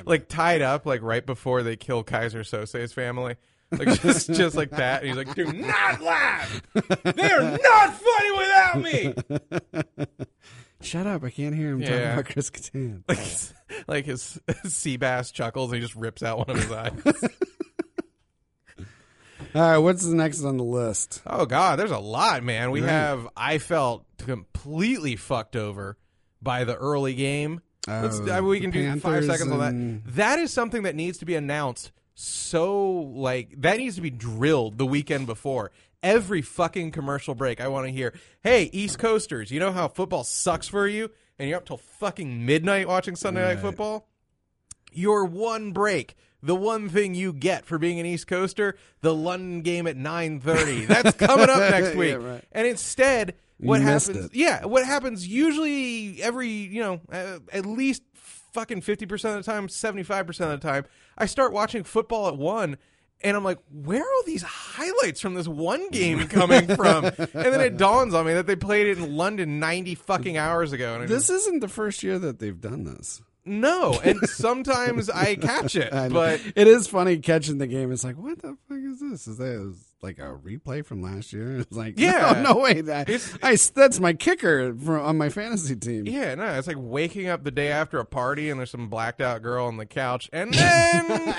[SPEAKER 2] like tied up, like right before they kill Kaiser Sose's family. Like just, just like that. And he's like, "Do not laugh. They are not funny without me."
[SPEAKER 1] shut up i can't hear him talking
[SPEAKER 2] Yeah.
[SPEAKER 1] about chris Kattan.
[SPEAKER 2] Like, his- like his sea bass chuckles and he just rips out one of his eyes.
[SPEAKER 1] all right what's the next on the list
[SPEAKER 2] Oh God, there's a lot, man. We
[SPEAKER 1] Right.
[SPEAKER 2] have I felt completely fucked over by the early game. Let's,
[SPEAKER 1] Oh,
[SPEAKER 2] I mean, we
[SPEAKER 1] the
[SPEAKER 2] can do five
[SPEAKER 1] Panthers
[SPEAKER 2] seconds on
[SPEAKER 1] and-
[SPEAKER 2] that. That is something that needs to be announced. So like that needs to be drilled the weekend before every fucking commercial break. I want to hear, hey, East Coasters, you know how football sucks for you, and you're up till fucking midnight watching Sunday Night Football your one break the one thing you get for being an east coaster the london game at 9.30 that's coming up next
[SPEAKER 1] Yeah,
[SPEAKER 2] week
[SPEAKER 1] right.
[SPEAKER 2] and instead what
[SPEAKER 1] missed
[SPEAKER 2] happens
[SPEAKER 1] it.
[SPEAKER 2] yeah what happens usually every you know uh, at least fucking 50% of the time 75% of the time i start watching football at 1 and i'm like where are all these highlights from this one game coming from and then it dawns on me that they played it in london 90 fucking hours ago and I just-
[SPEAKER 1] this isn't the first year that they've done this
[SPEAKER 2] no and sometimes i catch it
[SPEAKER 1] I know.
[SPEAKER 2] but
[SPEAKER 1] it is funny catching the game. It's like, what the fuck is this? Is that is like a replay from last year? It's like,
[SPEAKER 2] Yeah.
[SPEAKER 1] no, no way that I s- that's my kicker from on my fantasy team.
[SPEAKER 2] Yeah, no, it's like waking up the day after a party and there's some blacked out girl on the couch, and then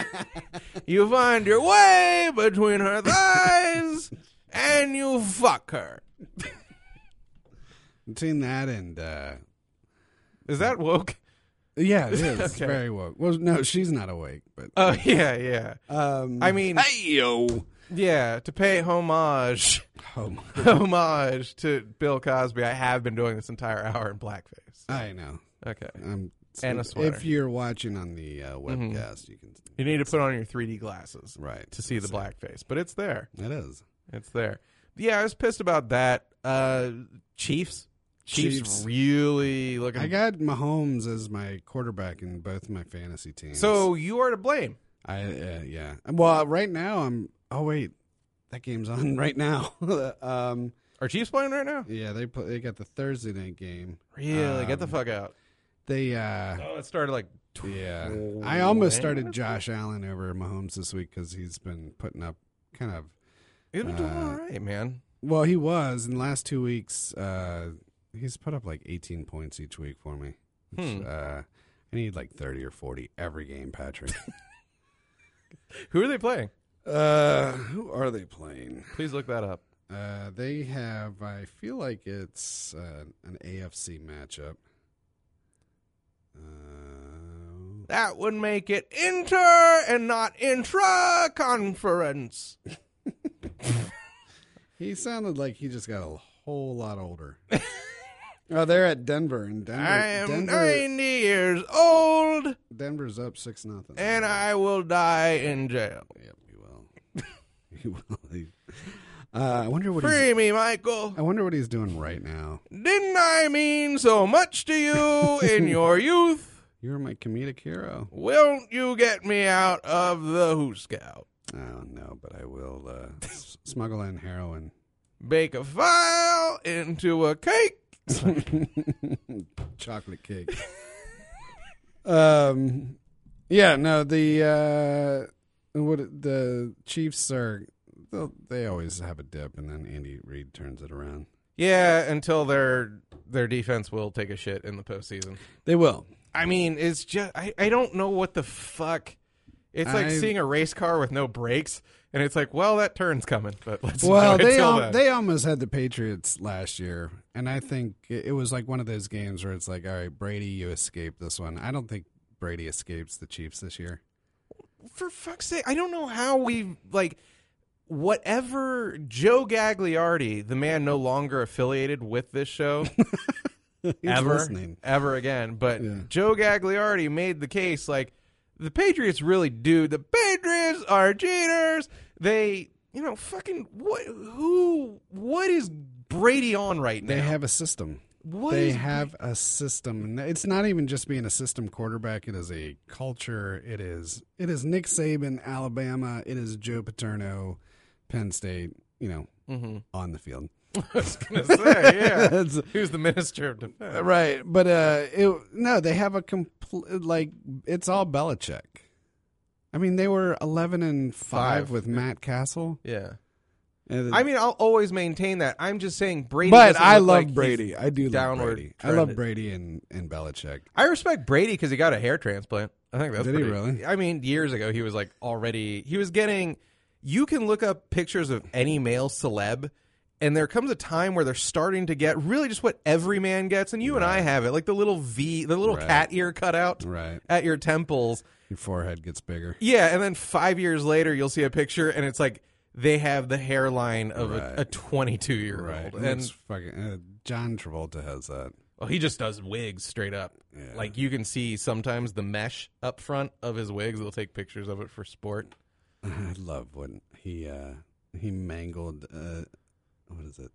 [SPEAKER 2] you find your way between her thighs and you fuck her.
[SPEAKER 1] Between that and uh,
[SPEAKER 2] Is that woke?
[SPEAKER 1] yeah, it is It's
[SPEAKER 2] Okay.
[SPEAKER 1] very woke. Well, no, she's not awake, but
[SPEAKER 2] Oh yeah, yeah.
[SPEAKER 1] um,
[SPEAKER 2] I mean,
[SPEAKER 1] hey yo,
[SPEAKER 2] yeah, to pay homage,
[SPEAKER 1] oh, my-
[SPEAKER 2] homage to Bill Cosby. I have been doing this entire hour in blackface.
[SPEAKER 1] I know.
[SPEAKER 2] Okay,
[SPEAKER 1] I'm
[SPEAKER 2] And a
[SPEAKER 1] if
[SPEAKER 2] sweater. Mm-hmm.
[SPEAKER 1] you're watching on the uh, webcast, you can
[SPEAKER 2] you need to put on your 3D glasses
[SPEAKER 1] right
[SPEAKER 2] to see the blackface, but it's there.
[SPEAKER 1] It is.
[SPEAKER 2] It's there. Yeah, I was pissed about that. Uh Chiefs. Chiefs,
[SPEAKER 1] Chiefs.
[SPEAKER 2] really looking.
[SPEAKER 1] I got Mahomes as my quarterback in both my fantasy teams.
[SPEAKER 2] so you are to blame.
[SPEAKER 1] I uh, yeah. Well, right now I'm. Oh wait, that game's on right now. um,
[SPEAKER 2] Are Chiefs playing right now?
[SPEAKER 1] yeah, they play, they got the Thursday night game.
[SPEAKER 2] Really?
[SPEAKER 1] Um,
[SPEAKER 2] Get the fuck out.
[SPEAKER 1] They uh,
[SPEAKER 2] Oh, it started like. tw-
[SPEAKER 1] yeah.
[SPEAKER 2] Oh,
[SPEAKER 1] I almost
[SPEAKER 2] man.
[SPEAKER 1] started Josh Allen over Mahomes this week because he's been putting up kind of.
[SPEAKER 2] It was doing
[SPEAKER 1] Uh,
[SPEAKER 2] all right, man.
[SPEAKER 1] Well, he was in the last two weeks. Uh, he's put up like 18 points each week for me.
[SPEAKER 2] Hmm.
[SPEAKER 1] Uh, I need like 30 or 40 every game, Patrick.
[SPEAKER 2] Who are they playing?
[SPEAKER 1] uh, who are they playing?
[SPEAKER 2] Please look that up.
[SPEAKER 1] Uh, they have. I feel like it's uh, an AFC matchup. Uh,
[SPEAKER 2] That would make it inter and not intra conference.
[SPEAKER 1] he sounded like he just got a whole lot older. oh, they're at Denver, and Denver,
[SPEAKER 2] I am
[SPEAKER 1] Denver
[SPEAKER 2] 90 years old
[SPEAKER 1] Denver's up six nothing.
[SPEAKER 2] and I will die in jail.
[SPEAKER 1] Yep, you will. you will. Uh, I wonder what he's,
[SPEAKER 2] Free me, Michael.
[SPEAKER 1] I wonder what he's doing right now.
[SPEAKER 2] Didn't I mean so much to you in your youth?
[SPEAKER 1] You're my comedic hero.
[SPEAKER 2] Won't you get me out of the hooscow?
[SPEAKER 1] I don't know, Oh, but I will uh, s- smuggle in heroin.
[SPEAKER 2] Bake a file into a cake.
[SPEAKER 1] chocolate cake. um, yeah, no, the uh, what the Chiefs are. they'll- They always have a dip, and then Andy Reid turns it around.
[SPEAKER 2] Yeah, until their their defense will take a shit in the postseason.
[SPEAKER 1] They will.
[SPEAKER 2] I mean, it's just I, I don't know what the fuck. It's like
[SPEAKER 1] I-
[SPEAKER 2] seeing a race car with no brakes, and it's like, well, that turn's coming. But let's
[SPEAKER 1] Well,
[SPEAKER 2] enjoy it
[SPEAKER 1] they
[SPEAKER 2] till
[SPEAKER 1] al-
[SPEAKER 2] then.
[SPEAKER 1] they almost had the Patriots last year, and I think it it was like one of those games where it's like, all right, Brady, you escaped this one. I don't think Brady escapes the Chiefs this year.
[SPEAKER 2] for fuck's sake, I don't know how we like whatever Joe Gagliardi, the man no longer affiliated with this show
[SPEAKER 1] He's
[SPEAKER 2] ever
[SPEAKER 1] listening.
[SPEAKER 2] ever again, but
[SPEAKER 1] Yeah.
[SPEAKER 2] Joe Gagliardi made the case like the Patriots really do. The Patriots are cheaters. They, you know, fucking what who what is Brady on right now?
[SPEAKER 1] They have a system.
[SPEAKER 2] What
[SPEAKER 1] they
[SPEAKER 2] is-
[SPEAKER 1] have a system. And It's not even just being a system quarterback. It is a culture. It is it is Nick Saban, Alabama. It is Joe Paterno, Penn State. You know, on the field.
[SPEAKER 2] I was gonna say, Mm-hmm. yeah.
[SPEAKER 1] It's-
[SPEAKER 2] Who's the minister of defense?
[SPEAKER 1] right, but uh, it, no, they have a complete like it's all Belichick. I mean, they were eleven and five,
[SPEAKER 2] Five.
[SPEAKER 1] with Matt Castle.
[SPEAKER 2] Yeah.
[SPEAKER 1] And-
[SPEAKER 2] I mean, I'll always maintain that. I'm just saying Brady.
[SPEAKER 1] but
[SPEAKER 2] doesn't
[SPEAKER 1] I
[SPEAKER 2] look
[SPEAKER 1] love
[SPEAKER 2] like he's-
[SPEAKER 1] Brady. I do love
[SPEAKER 2] downward
[SPEAKER 1] Brady. I love
[SPEAKER 2] trended.
[SPEAKER 1] Brady and and Belichick.
[SPEAKER 2] I respect Brady because he got a hair transplant. I think that's
[SPEAKER 1] Did he
[SPEAKER 2] pretty-
[SPEAKER 1] really?
[SPEAKER 2] I mean, years ago he was like already he was getting. You can look up pictures of any male celeb, and there comes a time where they're starting to get really just what every man gets, and you and I have it, like the little V, the little
[SPEAKER 1] Right.
[SPEAKER 2] cat ear cutout
[SPEAKER 1] Right,
[SPEAKER 2] at your temples.
[SPEAKER 1] your forehead gets bigger.
[SPEAKER 2] Yeah, and then five years later you'll see a picture, and it's like they have the hairline of
[SPEAKER 1] Right.
[SPEAKER 2] a 22 year
[SPEAKER 1] Right,
[SPEAKER 2] old,
[SPEAKER 1] and
[SPEAKER 2] and
[SPEAKER 1] fucking uh, John Travolta has that.
[SPEAKER 2] Well, Oh, he just does wigs straight up.
[SPEAKER 1] Yeah.
[SPEAKER 2] Like you can see sometimes the mesh up front of his wigs. They'll take pictures of it for sport.
[SPEAKER 1] I love when he uh he mangled uh what is it?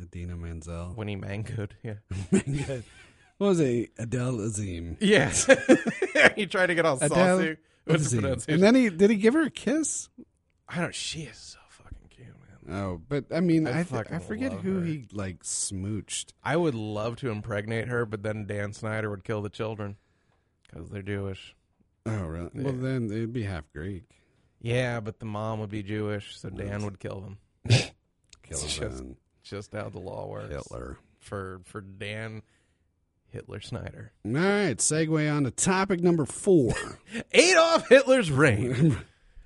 [SPEAKER 1] Adina Manzel.
[SPEAKER 2] When he mangoed, yeah,
[SPEAKER 1] Good. What was it? Adele Azim.
[SPEAKER 2] yes. he tried to get all
[SPEAKER 1] Adele
[SPEAKER 2] saucy. What's the
[SPEAKER 1] Azim.
[SPEAKER 2] pronunciation?
[SPEAKER 1] And then he did he give her a kiss?
[SPEAKER 2] I don't. She is so fucking cute, man.
[SPEAKER 1] Oh, but I mean,
[SPEAKER 2] I
[SPEAKER 1] I I, th-
[SPEAKER 2] fucking
[SPEAKER 1] I forget
[SPEAKER 2] love
[SPEAKER 1] who
[SPEAKER 2] her.
[SPEAKER 1] he like smooched.
[SPEAKER 2] I would love to impregnate her, but then Dan Snyder would kill the children because they're Jewish.
[SPEAKER 1] Oh, really? Well,
[SPEAKER 2] Yeah.
[SPEAKER 1] then it'd be half Greek.
[SPEAKER 2] Yeah, but the mom would be Jewish, so Dan would kill them.
[SPEAKER 1] Kill
[SPEAKER 2] It's
[SPEAKER 1] his
[SPEAKER 2] just
[SPEAKER 1] own
[SPEAKER 2] Just how the law works
[SPEAKER 1] Hitler.
[SPEAKER 2] for for Dan Hitler Snyder.
[SPEAKER 1] All right, segue on to topic number four.
[SPEAKER 2] Adolf Hitler's reign.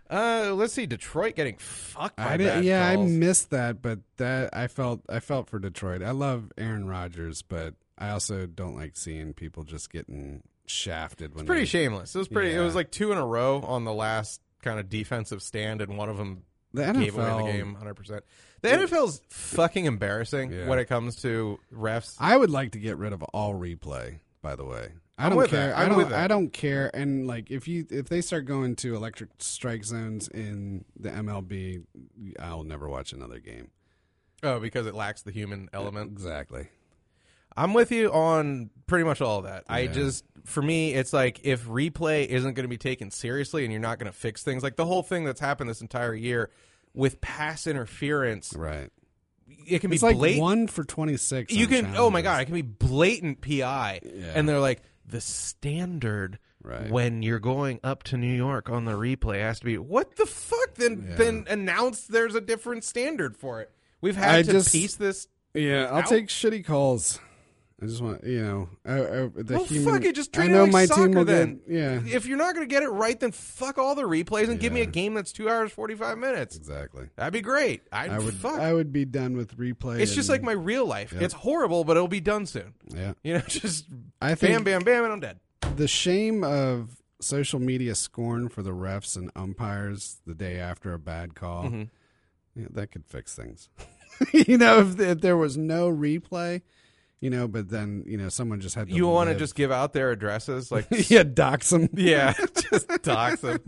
[SPEAKER 2] Uh, let's see. Detroit getting fucked by
[SPEAKER 1] I didn't,
[SPEAKER 2] bad
[SPEAKER 1] yeah,
[SPEAKER 2] calls.
[SPEAKER 1] I missed that, but that I felt I felt for Detroit. I love Aaron Rodgers, but I also don't like seeing people just getting shafted when
[SPEAKER 2] pretty
[SPEAKER 1] they,
[SPEAKER 2] shameless. It was pretty. It was
[SPEAKER 1] Yeah.
[SPEAKER 2] like two in a row on the last kind of defensive stand, and one of them
[SPEAKER 1] the
[SPEAKER 2] gave away
[SPEAKER 1] NFL
[SPEAKER 2] the game 100. percent The NFL's fucking embarrassing
[SPEAKER 1] Yeah.
[SPEAKER 2] when it comes to refs.
[SPEAKER 1] I would like to get rid of all replay. By the way, I
[SPEAKER 2] I'm
[SPEAKER 1] don't
[SPEAKER 2] with
[SPEAKER 1] care.
[SPEAKER 2] that.
[SPEAKER 1] I
[SPEAKER 2] I'm
[SPEAKER 1] don't.
[SPEAKER 2] with that.
[SPEAKER 1] I don't care. And like, if you if they start going to electric strike zones in the MLB, I'll never watch another game.
[SPEAKER 2] Oh, because it lacks the human element.
[SPEAKER 1] Exactly.
[SPEAKER 2] I'm with you on pretty much all of that. I
[SPEAKER 1] Yeah.
[SPEAKER 2] just, for me, it's like if replay isn't going to be taken seriously and you're not going to fix things, like the whole thing that's happened this entire year with pass interference,
[SPEAKER 1] Right.
[SPEAKER 2] it can
[SPEAKER 1] It's
[SPEAKER 2] be
[SPEAKER 1] like
[SPEAKER 2] blatant.
[SPEAKER 1] one for twenty six.
[SPEAKER 2] you can, oh my God, it can be blatant PI.
[SPEAKER 1] Yeah.
[SPEAKER 2] And they're like, the standard
[SPEAKER 1] Right.
[SPEAKER 2] when you're going up to New York on the replay has to be, what the fuck? Then,
[SPEAKER 1] Yeah.
[SPEAKER 2] then announce there's a different standard for it. We've had
[SPEAKER 1] I
[SPEAKER 2] to
[SPEAKER 1] just-
[SPEAKER 2] piece this.
[SPEAKER 1] Yeah, I'll
[SPEAKER 2] Out.
[SPEAKER 1] take shitty calls. I just want you know. I, I, the
[SPEAKER 2] Well,
[SPEAKER 1] human,
[SPEAKER 2] fuck it, just
[SPEAKER 1] I
[SPEAKER 2] treat it
[SPEAKER 1] know
[SPEAKER 2] like
[SPEAKER 1] my
[SPEAKER 2] soccer
[SPEAKER 1] team will
[SPEAKER 2] then.
[SPEAKER 1] get. Yeah.
[SPEAKER 2] If you're not going to get it right, then fuck all the replays and give me a
[SPEAKER 1] Yeah.
[SPEAKER 2] game that's two hours forty five minutes.
[SPEAKER 1] Exactly.
[SPEAKER 2] That'd be great. I'd
[SPEAKER 1] I would.
[SPEAKER 2] fuck.
[SPEAKER 1] I would be done with replay.
[SPEAKER 2] it's just like my real life. It's horrible, but it'll be done soon.
[SPEAKER 1] Yeah.
[SPEAKER 2] You know, just
[SPEAKER 1] I think
[SPEAKER 2] bam, bam, bam, and I'm dead.
[SPEAKER 1] the shame of social media scorn for the refs and umpires the day after a bad call
[SPEAKER 2] Mm-hmm.
[SPEAKER 1] yeah, that could fix things you know if, if there was no replay you know but then you know someone just had to
[SPEAKER 2] You want to
[SPEAKER 1] live-
[SPEAKER 2] just give out their addresses, like
[SPEAKER 1] yeah dox 'em.
[SPEAKER 2] yeah, just dox them.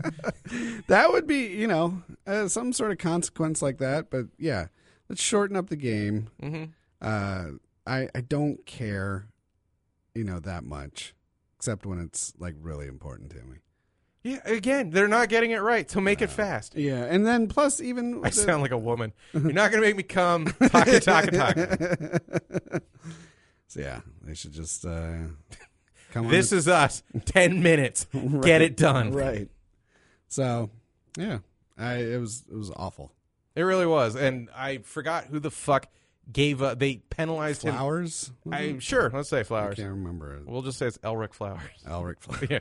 [SPEAKER 1] that would be you know uh, some sort of consequence like that but yeah let's shorten up the game
[SPEAKER 2] Mhm.
[SPEAKER 1] uh, I, I don't care you know that much except when it's like really important to me
[SPEAKER 2] Yeah, again, they're not getting it right, so make it fast.
[SPEAKER 1] yeah and then plus even
[SPEAKER 2] I
[SPEAKER 1] the- Mm-hmm.
[SPEAKER 2] sound like a woman. You're not gonna make me come. Taka taka taka.
[SPEAKER 1] So yeah, they should just uh, come.
[SPEAKER 2] This
[SPEAKER 1] on
[SPEAKER 2] is us. Ten minutes. Get it done.
[SPEAKER 1] right. So yeah, I it was it was awful.
[SPEAKER 2] It really was, and I forgot who the fuck gave uh, they penalized him.
[SPEAKER 1] Flowers? was
[SPEAKER 2] I
[SPEAKER 1] it?
[SPEAKER 2] sure. Let's say
[SPEAKER 1] I
[SPEAKER 2] Flowers.
[SPEAKER 1] can't remember. it.
[SPEAKER 2] We'll just say it's Elric Flowers.
[SPEAKER 1] Alric Flowers.
[SPEAKER 2] yeah.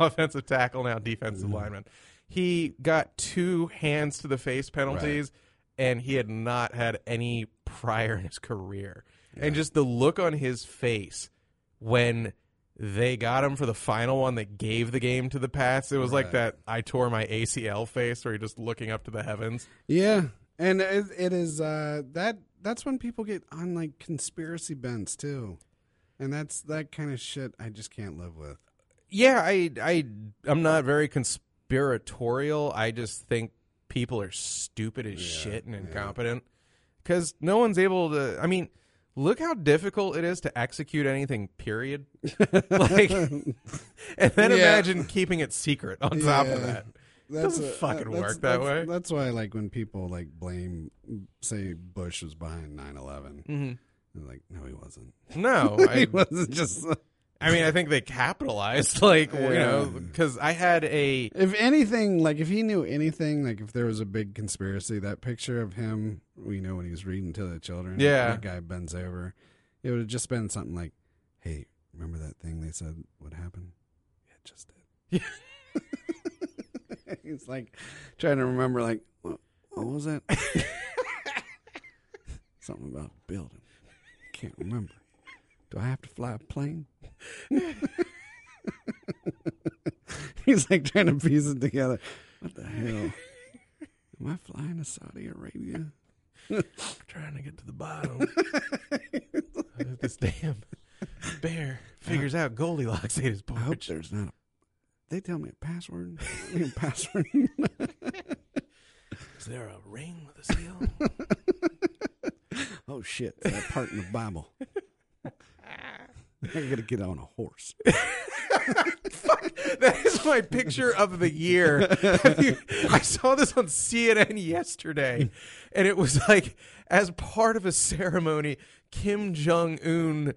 [SPEAKER 2] offensive tackle now defensive lineman. He got two hands to the face penalties, and he had not had any prior in his career. And just the look on his face when they got him for the final one that gave the game to the Pats, it was like that I tore my ACL face where you're just looking up to the heavens.
[SPEAKER 1] Yeah, and it, it is uh, that. That's when people get on like conspiracy bends too, and that's that kind of shit I just can't live with.
[SPEAKER 2] Yeah, I I I'm not very conspiratorial. I just think people are stupid as shit and incompetent because no one's able to. I mean, look how difficult it is to execute anything. Period. like, and then
[SPEAKER 1] Yeah.
[SPEAKER 2] imagine keeping it secret on top of
[SPEAKER 1] Yeah.
[SPEAKER 2] that.
[SPEAKER 1] That's uh,
[SPEAKER 2] Doesn't fucking
[SPEAKER 1] that's-
[SPEAKER 2] work
[SPEAKER 1] that's-
[SPEAKER 2] that way.
[SPEAKER 1] That's why, like, when people like blame, say Bush was behind 9-11. they're like, no, he wasn't.
[SPEAKER 2] Mm-hmm. No,
[SPEAKER 1] he
[SPEAKER 2] I,
[SPEAKER 1] wasn't just.
[SPEAKER 2] I mean, I think they capitalized. Like, you know,
[SPEAKER 1] Yeah.
[SPEAKER 2] because I had a
[SPEAKER 1] If anything, like if he knew anything, like if there was a big conspiracy, that picture of him, we know when he was reading to the children,
[SPEAKER 2] Yeah.
[SPEAKER 1] that guy bends over. It would have just been something like, "Hey, remember that thing they said would happen? Yeah, it just did." He's like trying to remember, like, what, what was that? something about a building. Can't remember. Do I have to fly a plane? He's like trying to piece it together. What the hell? Am I flying to Saudi Arabia?
[SPEAKER 2] trying to get to the bottom. this damn bear figures out Goldilocks ate his
[SPEAKER 1] I hope
[SPEAKER 2] porridge.
[SPEAKER 1] there's not. A, they tell me a password. I mean, password.
[SPEAKER 2] Is there a ring with a seal?
[SPEAKER 1] oh shit! That part in the Bible. I gotta get on a horse.
[SPEAKER 2] that is my picture of the year. Have you- I saw this on CNN yesterday, and it was like, as part of a ceremony, Kim Jong Un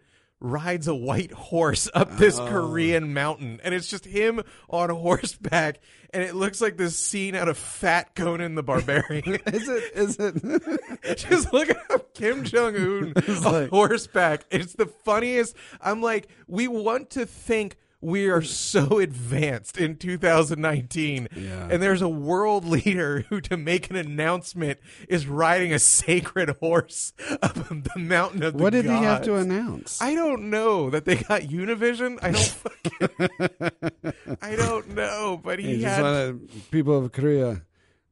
[SPEAKER 2] rides a white horse up this Korean mountain, and it's just him on horseback, and it looks like this scene out of Fat Conan the Barbarian.
[SPEAKER 1] Is it? Is it?
[SPEAKER 2] Just look up Kim Jong Un on
[SPEAKER 1] like-
[SPEAKER 2] horseback. It's the funniest. I'm like, we want to think we are so advanced in 2019,
[SPEAKER 1] Yeah.
[SPEAKER 2] and there's a world leader who, to make an announcement, is riding a sacred horse up the mountain of the
[SPEAKER 1] what did he have to
[SPEAKER 2] gods.
[SPEAKER 1] announce?
[SPEAKER 2] I don't know that they got Univision. I don't. Fucking, I don't know, but he,
[SPEAKER 1] He just
[SPEAKER 2] had.
[SPEAKER 1] wanted people of Korea.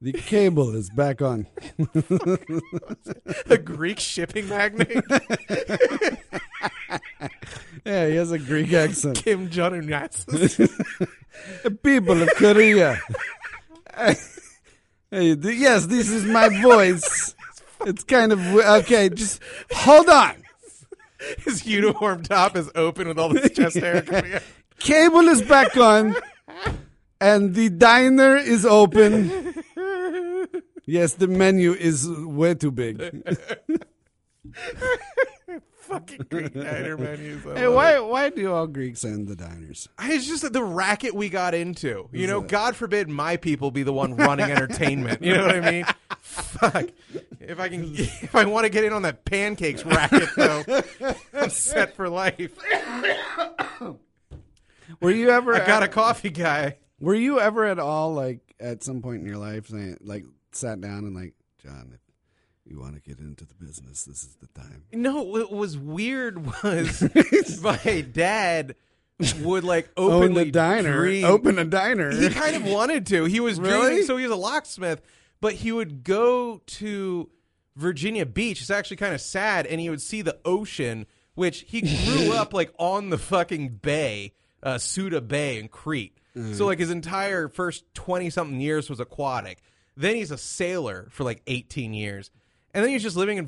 [SPEAKER 1] The cable is back on.
[SPEAKER 2] a Greek shipping magnate,
[SPEAKER 1] Yeah, he has a Greek accent.
[SPEAKER 2] Kim Jong Un. That's
[SPEAKER 1] The people of Korea. Hey, th- yes, this is my voice. It's kind of w- okay. Just hold on.
[SPEAKER 2] His uniform top is open with all this chest hair coming out.
[SPEAKER 1] Cable is back on, and the diner is open. Yes, the menu is way too big.
[SPEAKER 2] Fucking Greek diner menus. I
[SPEAKER 1] Hey,
[SPEAKER 2] love it.
[SPEAKER 1] why why do all Greeks end the diners?
[SPEAKER 2] It's just that the racket we got into. You know, God forbid my people be the one running entertainment. You know what I mean? Fuck. If I can, if I want to get in on that pancakes racket, though, I'm set for life.
[SPEAKER 1] Were you ever
[SPEAKER 2] I got a coffee guy.
[SPEAKER 1] Were you ever at all like at some point in your life saying like sat down and like John, if you want to get into the business, this is the time.
[SPEAKER 2] No, what was weird was my dad would like
[SPEAKER 1] Open
[SPEAKER 2] openly
[SPEAKER 1] the diner.
[SPEAKER 2] dream-
[SPEAKER 1] Open a diner.
[SPEAKER 2] he kind of wanted to. He was
[SPEAKER 1] Really?
[SPEAKER 2] dreaming, so he was a locksmith, but he would go to Virginia Beach. It's actually kind of sad, and he would see the ocean, which he grew up like on the fucking bay, uh, Suda Bay in Crete. So like his entire first twenty something years was aquatic. Then he's a sailor for like eighteen years, and then he's just living in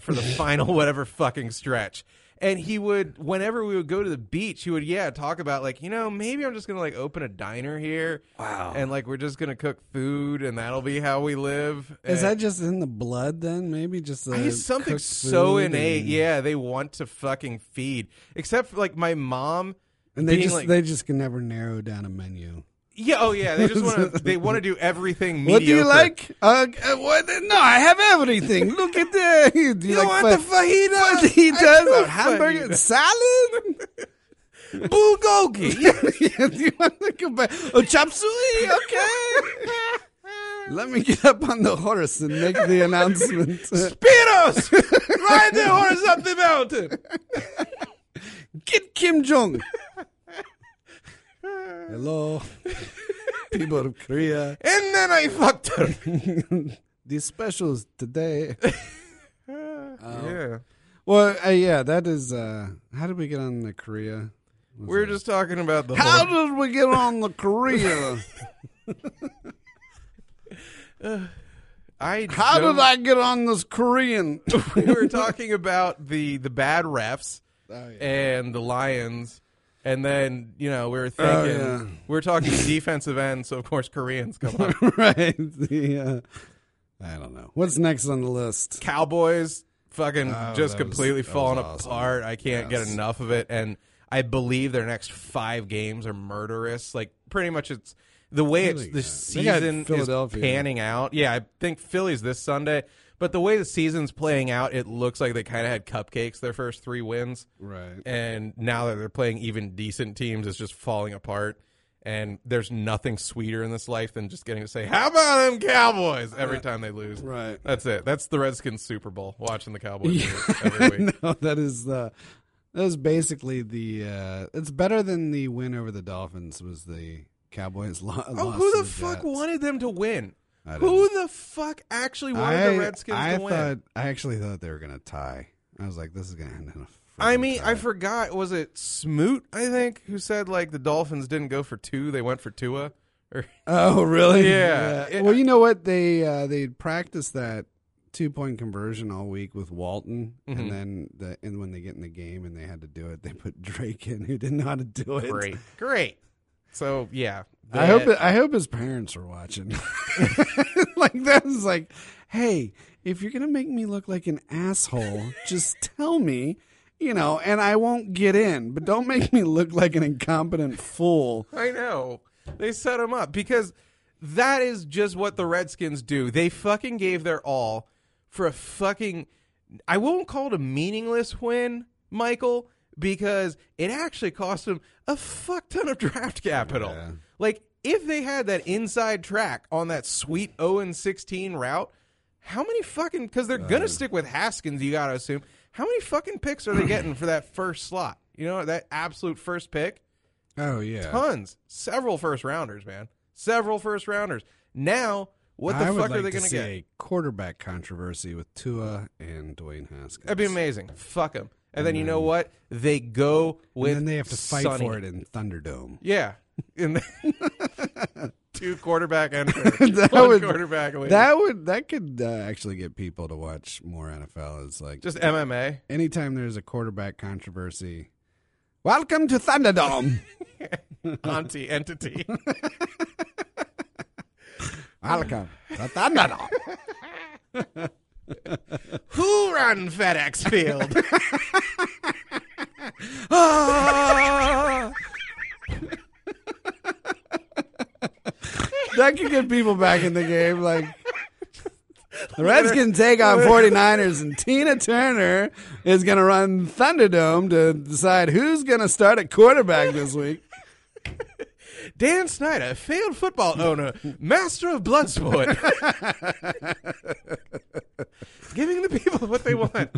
[SPEAKER 2] for the final whatever fucking stretch. And he would, whenever we would go to the beach, he would, yeah, talk about like, you know, maybe I'm just gonna like open a diner here. Wow. And like we're just gonna cook food, and that'll be how we live.
[SPEAKER 1] is
[SPEAKER 2] And
[SPEAKER 1] that just in the blood then? Maybe just the
[SPEAKER 2] it's something
[SPEAKER 1] cooked
[SPEAKER 2] so
[SPEAKER 1] food
[SPEAKER 2] innate?
[SPEAKER 1] and-
[SPEAKER 2] Yeah, they want to fucking feed. Except for, like my mom,
[SPEAKER 1] And they
[SPEAKER 2] being,
[SPEAKER 1] just
[SPEAKER 2] like,
[SPEAKER 1] they just can never narrow down a menu.
[SPEAKER 2] Yeah. Oh, yeah. They just want to. They want to do everything.
[SPEAKER 1] What do you
[SPEAKER 2] mediocre.
[SPEAKER 1] like? Uh, uh, what? No, I have everything. Look at the. Do you, like
[SPEAKER 2] want
[SPEAKER 1] fa-
[SPEAKER 2] the fajita?
[SPEAKER 1] What he
[SPEAKER 2] I
[SPEAKER 1] does?
[SPEAKER 2] love
[SPEAKER 1] hamburger and
[SPEAKER 2] fajita.
[SPEAKER 1] salad.
[SPEAKER 2] Bulgogi.
[SPEAKER 1] do you want to go back? Oh, chop suey. Okay. Let me get up on the horse and make the announcement.
[SPEAKER 2] Spiros! Ride the horse up the mountain.
[SPEAKER 1] get Kim Jong. Hello, people of Korea.
[SPEAKER 2] And then I fucked her.
[SPEAKER 1] These specials today.
[SPEAKER 2] Oh. yeah.
[SPEAKER 1] Well, uh, yeah, that is. Uh, how did we get on the Korea?
[SPEAKER 2] We were just talking about the
[SPEAKER 1] How
[SPEAKER 2] whole-
[SPEAKER 1] did we get on the Korea?
[SPEAKER 2] I
[SPEAKER 1] How
[SPEAKER 2] don't-
[SPEAKER 1] did I get on this Korean?
[SPEAKER 2] we were talking about the the bad refs
[SPEAKER 1] Oh, yeah.
[SPEAKER 2] and the Lions. And then, you know, we were thinking
[SPEAKER 1] yeah.
[SPEAKER 2] we were talking defensive end, so of course Koreans come up.
[SPEAKER 1] right. The, uh, I don't know. What's next on the list?
[SPEAKER 2] Cowboys fucking
[SPEAKER 1] Oh,
[SPEAKER 2] just
[SPEAKER 1] that was-
[SPEAKER 2] completely
[SPEAKER 1] that was
[SPEAKER 2] falling
[SPEAKER 1] awesome.
[SPEAKER 2] apart. I can't
[SPEAKER 1] Yes.
[SPEAKER 2] get enough of it. And I believe their next five games are murderous. Like pretty much it's the way it's
[SPEAKER 1] Really?
[SPEAKER 2] the
[SPEAKER 1] They got
[SPEAKER 2] season is
[SPEAKER 1] Philadelphia.
[SPEAKER 2] panning out. Yeah, I think Philly's this Sunday. But the way the season's playing out, it looks like they kind of had cupcakes their first three wins.
[SPEAKER 1] Right.
[SPEAKER 2] And now that they're playing even decent teams, it's just falling apart. And there's nothing sweeter in this life than just getting to say, How about them Cowboys? every time they lose.
[SPEAKER 1] Right.
[SPEAKER 2] That's it. That's the Redskins Super Bowl. Watching the Cowboys every week.
[SPEAKER 1] no, that is uh, that is basically the. Uh, it's better than the win over the Dolphins was the Cowboys lo-
[SPEAKER 2] Oh,
[SPEAKER 1] loss.
[SPEAKER 2] who
[SPEAKER 1] to
[SPEAKER 2] the fuck
[SPEAKER 1] Jets.
[SPEAKER 2] wanted them to win?
[SPEAKER 1] I don't
[SPEAKER 2] Who the fuck actually wanted the Redskins
[SPEAKER 1] I
[SPEAKER 2] to win?
[SPEAKER 1] Thought, I actually thought they were going to tie. I was like, this is going to end in a.
[SPEAKER 2] I
[SPEAKER 1] freaking
[SPEAKER 2] mean,
[SPEAKER 1] tie.
[SPEAKER 2] I forgot. Was it Smoot? I think who said like the Dolphins didn't go for two; they went for Tua. Or
[SPEAKER 1] Oh, really?
[SPEAKER 2] Yeah. It-
[SPEAKER 1] well, you know what? They uh, they practiced that two point conversion all week with Walton,
[SPEAKER 2] Mm-hmm.
[SPEAKER 1] and then the and when they get in the game and they had to do it, they put Drake in, who didn't know how to do it.
[SPEAKER 2] great, great. So yeah,
[SPEAKER 1] I hope it, I hope his parents are watching. like that was like, hey, if you're gonna make me look like an asshole, just tell me, you know, and I won't get in. But don't make me look like an incompetent fool.
[SPEAKER 2] I know. They set him up because that is just what the Redskins do. They fucking gave their all for a fucking I won't call it a meaningless win, Michael, because it actually cost them a fuck ton of draft capital.
[SPEAKER 1] Yeah.
[SPEAKER 2] Like if they had that inside track on that sweet 0 and 16 route, how many fucking cuz they're going to stick with Haskins, you got to assume. How many fucking picks are they getting for that first slot? You know, that absolute first pick?
[SPEAKER 1] Oh yeah.
[SPEAKER 2] tons, several first rounders, man, several first rounders. Now, what the
[SPEAKER 1] I would
[SPEAKER 2] fuck
[SPEAKER 1] like
[SPEAKER 2] are they
[SPEAKER 1] to
[SPEAKER 2] going to
[SPEAKER 1] see
[SPEAKER 2] get?
[SPEAKER 1] A quarterback controversy with Tua and Dwayne Haskins.
[SPEAKER 2] That'd be amazing. Fuck them. And then you know what? They go
[SPEAKER 1] Mm.
[SPEAKER 2] with.
[SPEAKER 1] and then they have to fight
[SPEAKER 2] Sonny.
[SPEAKER 1] for it in Thunderdome.
[SPEAKER 2] Yeah. And then- two quarterback and that
[SPEAKER 1] That would-
[SPEAKER 2] quarterback. league.
[SPEAKER 1] That would that could uh, actually get people to watch more NFL. Is like
[SPEAKER 2] just MMA.
[SPEAKER 1] anytime there's a quarterback controversy. Welcome to Thunderdome.
[SPEAKER 2] Auntie entity.
[SPEAKER 1] Welcome to Thunderdome.
[SPEAKER 2] Who run FedEx Field?
[SPEAKER 1] Ah! that could get people back in the game. Like the Redskins take on 49ers, and Tina Turner is going to run Thunderdome to decide who's going to start at quarterback this week.
[SPEAKER 2] Dan Snyder, failed football owner, master of blood sport. Giving the people what they want.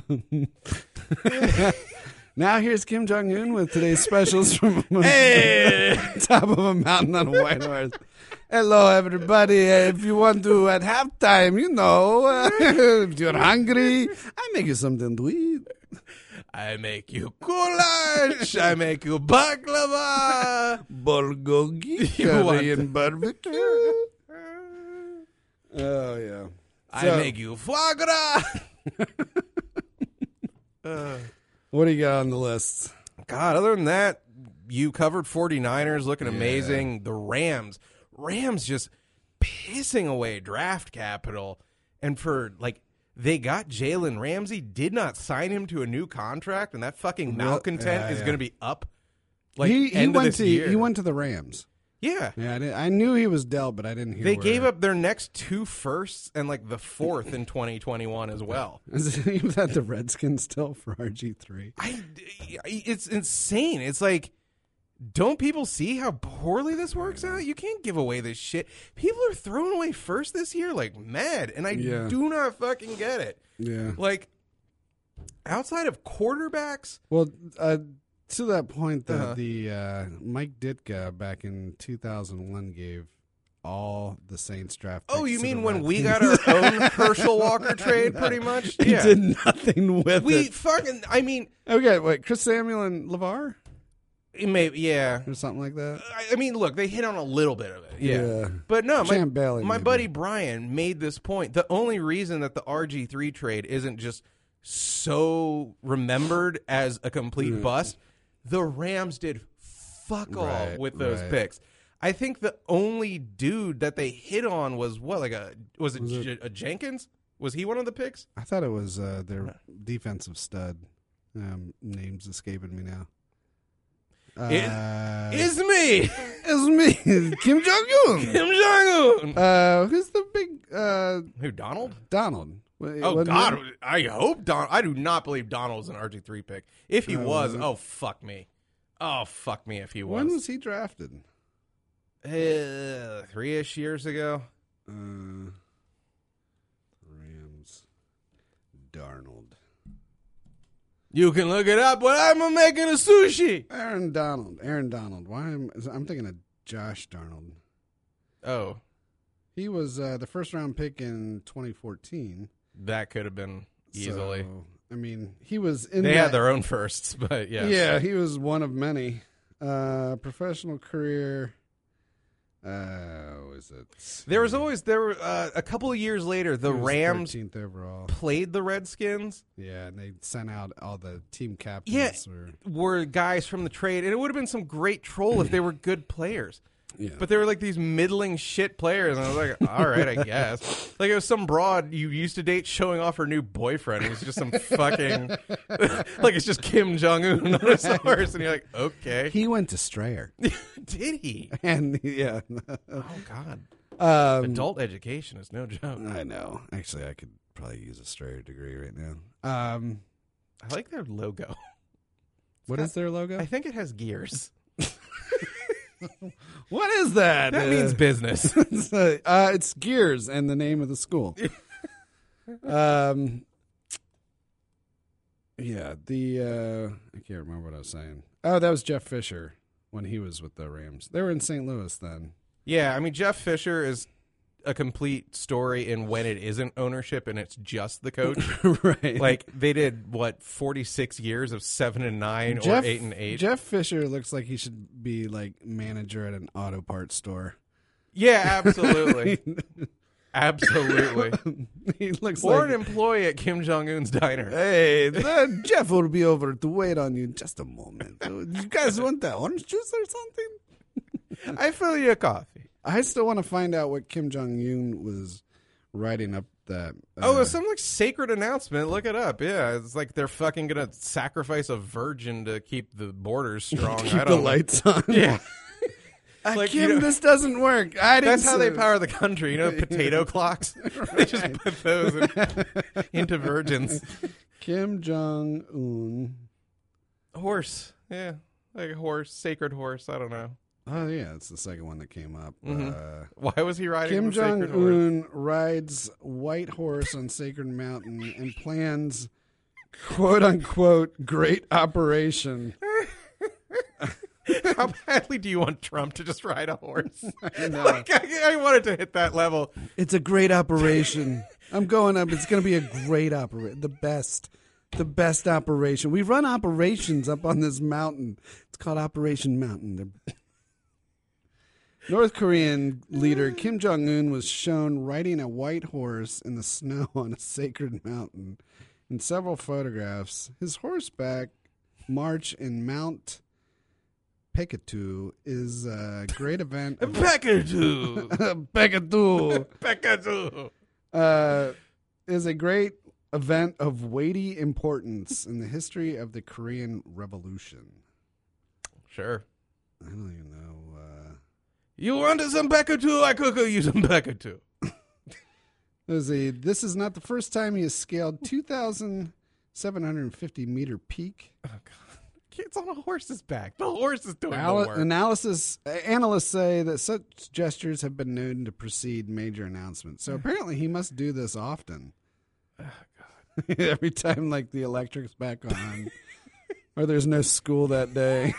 [SPEAKER 1] Now here's Kim Jong Un with today's specials from
[SPEAKER 2] Hey!
[SPEAKER 1] top of a mountain on a white horse. Hello, everybody. Uh, If you want to at halftime, you know, if you're hungry, I make you something to eat.
[SPEAKER 2] I make you goulash. I make you baklava.
[SPEAKER 1] Bulgogi,
[SPEAKER 2] You want
[SPEAKER 1] Korean barbecue. Oh
[SPEAKER 2] Oh,
[SPEAKER 1] yeah.
[SPEAKER 2] I
[SPEAKER 1] So-
[SPEAKER 2] make you foie gras. Uh,
[SPEAKER 1] What do you got on the list?
[SPEAKER 2] God, other than that, you covered 49ers looking amazing. The Rams. Rams just pissing away draft capital. And for, like, they got Jalen Ramsey, did not sign him to a new contract, and that fucking malcontent
[SPEAKER 1] yeah,
[SPEAKER 2] is
[SPEAKER 1] yeah.
[SPEAKER 2] going to be up. Like,
[SPEAKER 1] he he
[SPEAKER 2] end of
[SPEAKER 1] went
[SPEAKER 2] this
[SPEAKER 1] to
[SPEAKER 2] year.
[SPEAKER 1] he went to the Rams.
[SPEAKER 2] Yeah.
[SPEAKER 1] Yeah, I, did, I knew he was dealt, but I didn't hear.
[SPEAKER 2] They
[SPEAKER 1] where-
[SPEAKER 2] gave up their next two firsts and like the fourth in 2021 as well.
[SPEAKER 1] Is it was that the Redskins still for RG three?
[SPEAKER 2] I, it's insane. It's like, don't people see how poorly this works out? You can't give away this shit. People are throwing away first this year like mad, and I
[SPEAKER 1] Yeah.
[SPEAKER 2] do not fucking get it.
[SPEAKER 1] Yeah.
[SPEAKER 2] Like, outside of quarterbacks,
[SPEAKER 1] Well, uh, to that point, the,
[SPEAKER 2] Uh-huh.
[SPEAKER 1] the uh, Mike Ditka back in 2001 gave all the Saints draft.
[SPEAKER 2] oh,
[SPEAKER 1] picks
[SPEAKER 2] you
[SPEAKER 1] to the
[SPEAKER 2] mean when we
[SPEAKER 1] Redskins.
[SPEAKER 2] got our own Herschel Walker trade, pretty much?
[SPEAKER 1] They
[SPEAKER 2] Yeah.
[SPEAKER 1] did nothing with
[SPEAKER 2] We
[SPEAKER 1] it.
[SPEAKER 2] fucking, I mean,
[SPEAKER 1] Okay, wait, Chris Samuel and Levar
[SPEAKER 2] it may, yeah.
[SPEAKER 1] or something like that.
[SPEAKER 2] I, I mean, look, they hit on a little bit of it. Yeah.
[SPEAKER 1] Yeah.
[SPEAKER 2] But no, my,
[SPEAKER 1] Champ Bailey,
[SPEAKER 2] my
[SPEAKER 1] maybe.
[SPEAKER 2] buddy Brian made this point. The only reason that the RG3 trade isn't just so remembered as a complete
[SPEAKER 1] Mm.
[SPEAKER 2] bust, the Rams did fuck all
[SPEAKER 1] Right,
[SPEAKER 2] with those
[SPEAKER 1] right.
[SPEAKER 2] picks. I think the only dude that they hit on was what, like a, was it, J- a Jenkins? Was he one of the picks?
[SPEAKER 1] I thought it was uh,
[SPEAKER 2] Uh-huh.
[SPEAKER 1] their defensive stud. Um, name's escaping me now. Uh,
[SPEAKER 2] Is me,
[SPEAKER 1] it's me, Kim Jong Un.
[SPEAKER 2] Kim Jong Un.
[SPEAKER 1] Uh, who's the big uh,
[SPEAKER 2] Who, Donald?
[SPEAKER 1] Donald?
[SPEAKER 2] Oh God! I hope Don. I do not believe Donald's an RG three pick. If he was, oh fuck me. Oh fuck me if he was.
[SPEAKER 1] When was he drafted?
[SPEAKER 2] uh, three ish years ago?
[SPEAKER 1] Uh, Rams. Darnold.
[SPEAKER 2] You can look it up. But I'm making a sushi.
[SPEAKER 1] Aaron Donald. Aaron Donald. Why am I'm thinking of Josh Darnold?
[SPEAKER 2] Oh,
[SPEAKER 1] He was uh, the first round pick in 2014.
[SPEAKER 2] that could have been easily.
[SPEAKER 1] So, I mean, he was in.
[SPEAKER 2] they had
[SPEAKER 1] that-
[SPEAKER 2] their own firsts, but yeah.
[SPEAKER 1] Yeah, he was one of many. Uh, professional career. Uh, what was it?
[SPEAKER 2] There was always there were uh, a couple of years later the
[SPEAKER 1] He was
[SPEAKER 2] Rams
[SPEAKER 1] 13th overall.
[SPEAKER 2] played the Redskins
[SPEAKER 1] Yeah, and they sent out all the team captains.
[SPEAKER 2] Yeah.
[SPEAKER 1] Or,
[SPEAKER 2] were guys from the trade and it would have been some great troll if they were good players.
[SPEAKER 1] yeah.
[SPEAKER 2] But they were like these middling shit players, and I was like, all right, I guess. Like it was some broad you used to date showing off her new boyfriend. It was just some fucking like it's just Kim Jong Un on his horse, and you're like, okay,
[SPEAKER 1] he went to Strayer,
[SPEAKER 2] did he?
[SPEAKER 1] and yeah,
[SPEAKER 2] Oh God,
[SPEAKER 1] um,
[SPEAKER 2] adult education is no joke.
[SPEAKER 1] I know. Actually, I could probably use a Strayer degree right now. Um,
[SPEAKER 2] I like their logo.
[SPEAKER 1] what is their
[SPEAKER 2] I
[SPEAKER 1] logo?
[SPEAKER 2] think it has gears.
[SPEAKER 1] What is that?
[SPEAKER 2] That means business.
[SPEAKER 1] it's, uh, uh, it's Gears and the name of the school. um, yeah, the uh, I can't remember what I was saying. Oh, that was Jeff Fisher when he was with the Rams. They were in St. Louis then.
[SPEAKER 2] Yeah, I mean Jeff Fisher is a complete story in when it isn't ownership and it's just the coach.
[SPEAKER 1] right.
[SPEAKER 2] like they did what 46 years of 7 and 9
[SPEAKER 1] Jeff,
[SPEAKER 2] or 8 and 8
[SPEAKER 1] Jeff Fisher looks like he should be like manager at an auto parts store.
[SPEAKER 2] yeah absolutely absolutely
[SPEAKER 1] he looks
[SPEAKER 2] or an
[SPEAKER 1] like
[SPEAKER 2] employee at kim jong-un's diner
[SPEAKER 1] Hey, the Jeff will be over to wait on you in just a moment. You guys want that orange juice or something?
[SPEAKER 2] i fill you a coffee
[SPEAKER 1] I still want to find out what Kim Jong Un was writing up that. uh,
[SPEAKER 2] oh it was some like sacred announcement look it up yeah it's like they're fucking gonna sacrifice a virgin to keep the borders strong i
[SPEAKER 1] keep the
[SPEAKER 2] don't
[SPEAKER 1] lights on.
[SPEAKER 2] yeah
[SPEAKER 1] Uh,
[SPEAKER 2] Like,
[SPEAKER 1] Kim,
[SPEAKER 2] you know-
[SPEAKER 1] this doesn't work. I didn't
[SPEAKER 2] that's how they
[SPEAKER 1] say-
[SPEAKER 2] power the country you know potato clocks they just put those in, into virgins
[SPEAKER 1] Kim Jong Un.
[SPEAKER 2] horse yeah like a horse sacred horse i don't know
[SPEAKER 1] Oh yeah, it's the second one that came up. Uh,
[SPEAKER 2] Why was he riding
[SPEAKER 1] Kim
[SPEAKER 2] the
[SPEAKER 1] Jong
[SPEAKER 2] sacred horse?
[SPEAKER 1] Un rides white horse on sacred mountain and plans quote unquote great operation.
[SPEAKER 2] How badly do you want Trump to just ride a horse?
[SPEAKER 1] I know.
[SPEAKER 2] like, I, I wanted to hit that level.
[SPEAKER 1] It's a great operation. I'm going up. It's going to be a great operation. The best. The best operation. We run operations up on this mountain. It's called Operation Mountain. They're- North Korean leader Kim Jong un was shown riding a white horse in the snow on a sacred mountain. In several photographs, his horseback march in Mount Pekatu is a great event. of-
[SPEAKER 2] Pekadu!
[SPEAKER 1] Pekatu!
[SPEAKER 2] Pekadu!
[SPEAKER 1] uh, is a great event of weighty importance in the history of the Korean Revolution.
[SPEAKER 2] Sure.
[SPEAKER 1] I don't even know. Uh,
[SPEAKER 2] You want some Becca too? I cook you some Becca too.
[SPEAKER 1] Let's see. This is not the first time he has scaled 2,750 meter peak.
[SPEAKER 2] Oh, God. It's on a horse's back. The horse is doing
[SPEAKER 1] Al-
[SPEAKER 2] the work.
[SPEAKER 1] analysis analysts say that such gestures have been known to precede major announcements. So apparently, he must do this often. Every time, like the electric's back on, or there's no school that day.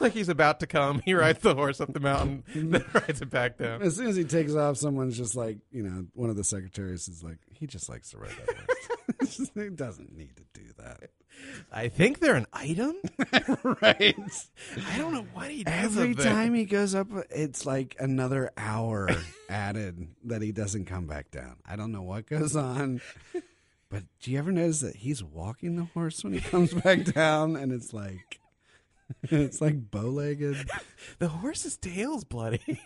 [SPEAKER 2] like he's about to come. He rides the horse up the mountain, then rides it back down.
[SPEAKER 1] As soon as he takes off, someone's just like, you know, one of the secretaries is like, he just likes to ride that horse. he doesn't need to do that,
[SPEAKER 2] I think they're an item.
[SPEAKER 1] right?
[SPEAKER 2] I don't know what he does. up
[SPEAKER 1] Every
[SPEAKER 2] there.
[SPEAKER 1] time he goes up, it's like another hour added that he doesn't come back down. I don't know what goes on. But do you ever notice that he's walking the horse when he comes back down and it's like it's like bow legged?
[SPEAKER 2] the horse's tail's bloody.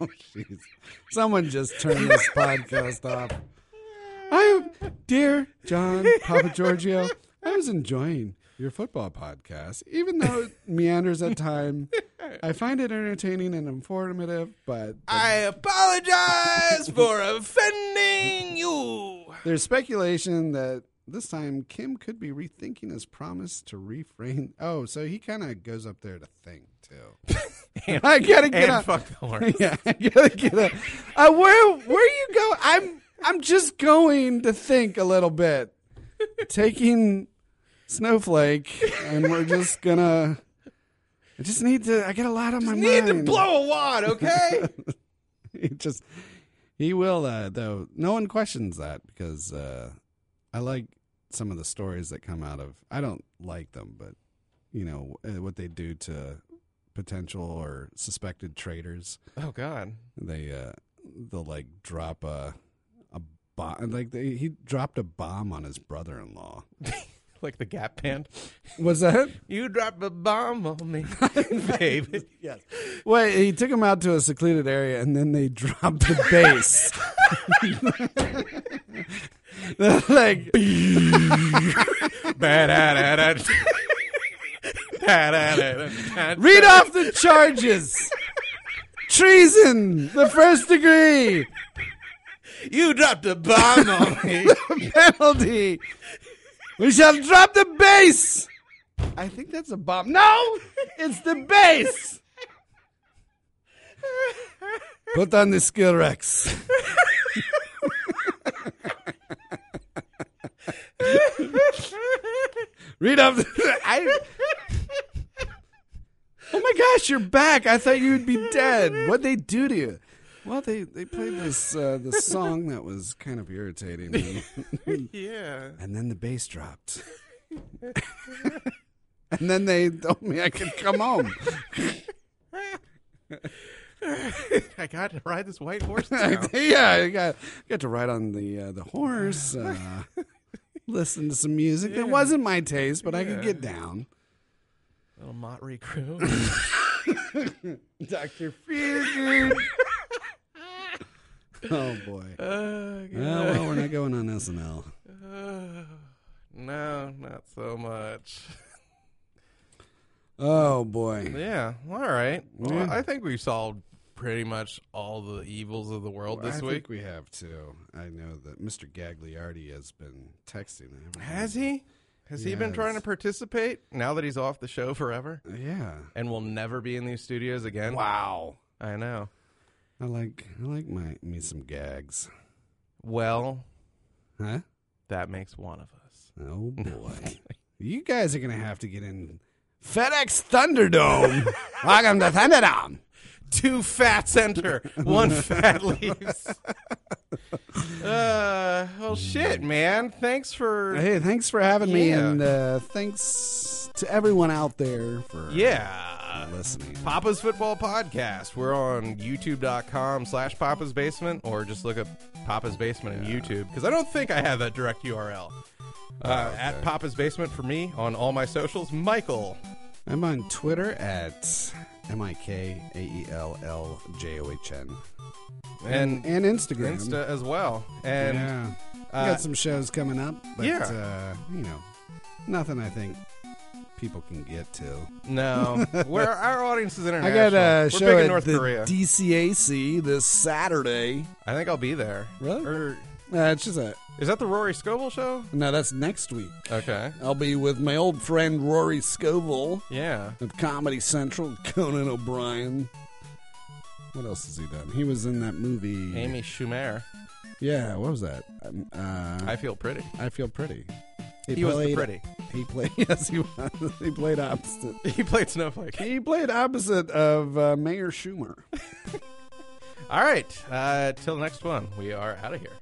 [SPEAKER 1] Oh jeez. Someone just turned this podcast off. I dear John Papa Giorgio, I was enjoying your football podcast. Even though it meanders at time, I find it entertaining and informative, but
[SPEAKER 2] I apologize for offending you.
[SPEAKER 1] There's speculation that this time Kim could be rethinking his promise to reframe. Oh, so he kind of goes up there to think too.
[SPEAKER 2] And-
[SPEAKER 1] I gotta get
[SPEAKER 2] and
[SPEAKER 1] up.
[SPEAKER 2] fuck the horse.
[SPEAKER 1] yeah, I gotta get up. Uh, where where you go? I'm I'm just going to think a little bit. Taking snowflake, and we're just gonna. I just need to. I got a lot on my
[SPEAKER 2] Need
[SPEAKER 1] mind.
[SPEAKER 2] to blow a wad, okay?
[SPEAKER 1] he just he will uh though no one questions that because uh i like some of the stories that come out of i don't like them but you know uh, what they do to potential or suspected traitors
[SPEAKER 2] oh God.
[SPEAKER 1] they uh they'll like drop a a bomb like they, he dropped a bomb on his brother-in-law
[SPEAKER 2] Like the Gap Band.
[SPEAKER 1] was that
[SPEAKER 2] You dropped a bomb on me, baby.
[SPEAKER 1] yes well he took him out to a secluded area and then they dropped the bass They're like
[SPEAKER 2] Ba-da-da-da. Da-da-da-da.
[SPEAKER 1] Read off the charges. Treason, the first degree,
[SPEAKER 2] You dropped a bomb on me.
[SPEAKER 1] penalty. We shall drop the base. I think that's a bomb. No, it's the base. Put on the skill Rex. Read off. The, I. Oh my gosh, you're back! I thought you would be dead. What'd they do to you? Well, they they played this uh, this song that was kind of irritating,
[SPEAKER 2] yeah.
[SPEAKER 1] and then the bass dropped, and then they told me I could come home.
[SPEAKER 2] I got to ride this white horse now.
[SPEAKER 1] yeah, I got got to ride on the uh, the horse, uh, listen to some music that wasn't my taste, but I could get down.
[SPEAKER 2] Little motley crew.
[SPEAKER 1] Doctor Feargood. oh boy.
[SPEAKER 2] Uh,
[SPEAKER 1] Well, well, we're not going on SNL.
[SPEAKER 2] uh, no, not so much.
[SPEAKER 1] Oh boy.
[SPEAKER 2] Yeah. All right. Well,
[SPEAKER 1] Yeah.
[SPEAKER 2] I think we solved pretty much all the evils of the world
[SPEAKER 1] I
[SPEAKER 2] this
[SPEAKER 1] think
[SPEAKER 2] week.
[SPEAKER 1] we have too. I know that Mr. Gagliardi has been texting. him.
[SPEAKER 2] Has he? Has he been
[SPEAKER 1] Yes.
[SPEAKER 2] trying to participate now that he's off the show forever
[SPEAKER 1] Yeah.
[SPEAKER 2] and will never be in these studios again?
[SPEAKER 1] Wow.
[SPEAKER 2] I know.
[SPEAKER 1] I like I like my me some gags.
[SPEAKER 2] Well,
[SPEAKER 1] Huh?
[SPEAKER 2] that makes one of us.
[SPEAKER 1] Oh boy. you guys are gonna have to get in FedEx Thunderdome. Welcome to Thunderdome.
[SPEAKER 2] Two fats enter, one fat leaves. Uh, well, shit, man. Thanks for
[SPEAKER 1] Hey, thanks for having me
[SPEAKER 2] Yeah.
[SPEAKER 1] and uh, thanks to everyone out there for
[SPEAKER 2] yeah.
[SPEAKER 1] listening.
[SPEAKER 2] Papa's Football Podcast. We're on youtube.com slash Papa's Basement or just look up Papa's Basement on YouTube because I don't think I have that direct URL.
[SPEAKER 1] Oh,
[SPEAKER 2] Uh, At Papa's Basement for me on all my socials. Michael,
[SPEAKER 1] I'm on Twitter at M I K A E L L J O H N.
[SPEAKER 2] And-
[SPEAKER 1] and Instagram.
[SPEAKER 2] Insta as well. And
[SPEAKER 1] yeah. We
[SPEAKER 2] uh,
[SPEAKER 1] got some shows coming up, but
[SPEAKER 2] yeah.
[SPEAKER 1] uh, you know, nothing I think people can get to.
[SPEAKER 2] No, where our audience is
[SPEAKER 1] I
[SPEAKER 2] international.
[SPEAKER 1] got
[SPEAKER 2] We're
[SPEAKER 1] a
[SPEAKER 2] big
[SPEAKER 1] show
[SPEAKER 2] in
[SPEAKER 1] at
[SPEAKER 2] North
[SPEAKER 1] the
[SPEAKER 2] Korea.
[SPEAKER 1] DCAC this Saturday.
[SPEAKER 2] I think I'll be there.
[SPEAKER 1] Really?
[SPEAKER 2] Or
[SPEAKER 1] Uh, it's just a
[SPEAKER 2] is that the Rory Scoble show?
[SPEAKER 1] no. That's next week.
[SPEAKER 2] Okay.
[SPEAKER 1] I'll be with my old friend Rory Scovel
[SPEAKER 2] Yeah.
[SPEAKER 1] at Comedy Central. Conan O'Brien. What else has he done? He was in that movie.
[SPEAKER 2] Amy Schumer.
[SPEAKER 1] Yeah, what was that? Um, uh,
[SPEAKER 2] I feel pretty.
[SPEAKER 1] I feel pretty.
[SPEAKER 2] He was the pretty.
[SPEAKER 1] He played. Yes, he was. He played opposite.
[SPEAKER 2] He played Snowflake.
[SPEAKER 1] He played opposite of uh, Mayor Schumer.
[SPEAKER 2] All right. Uh, till the next one, we are out of here.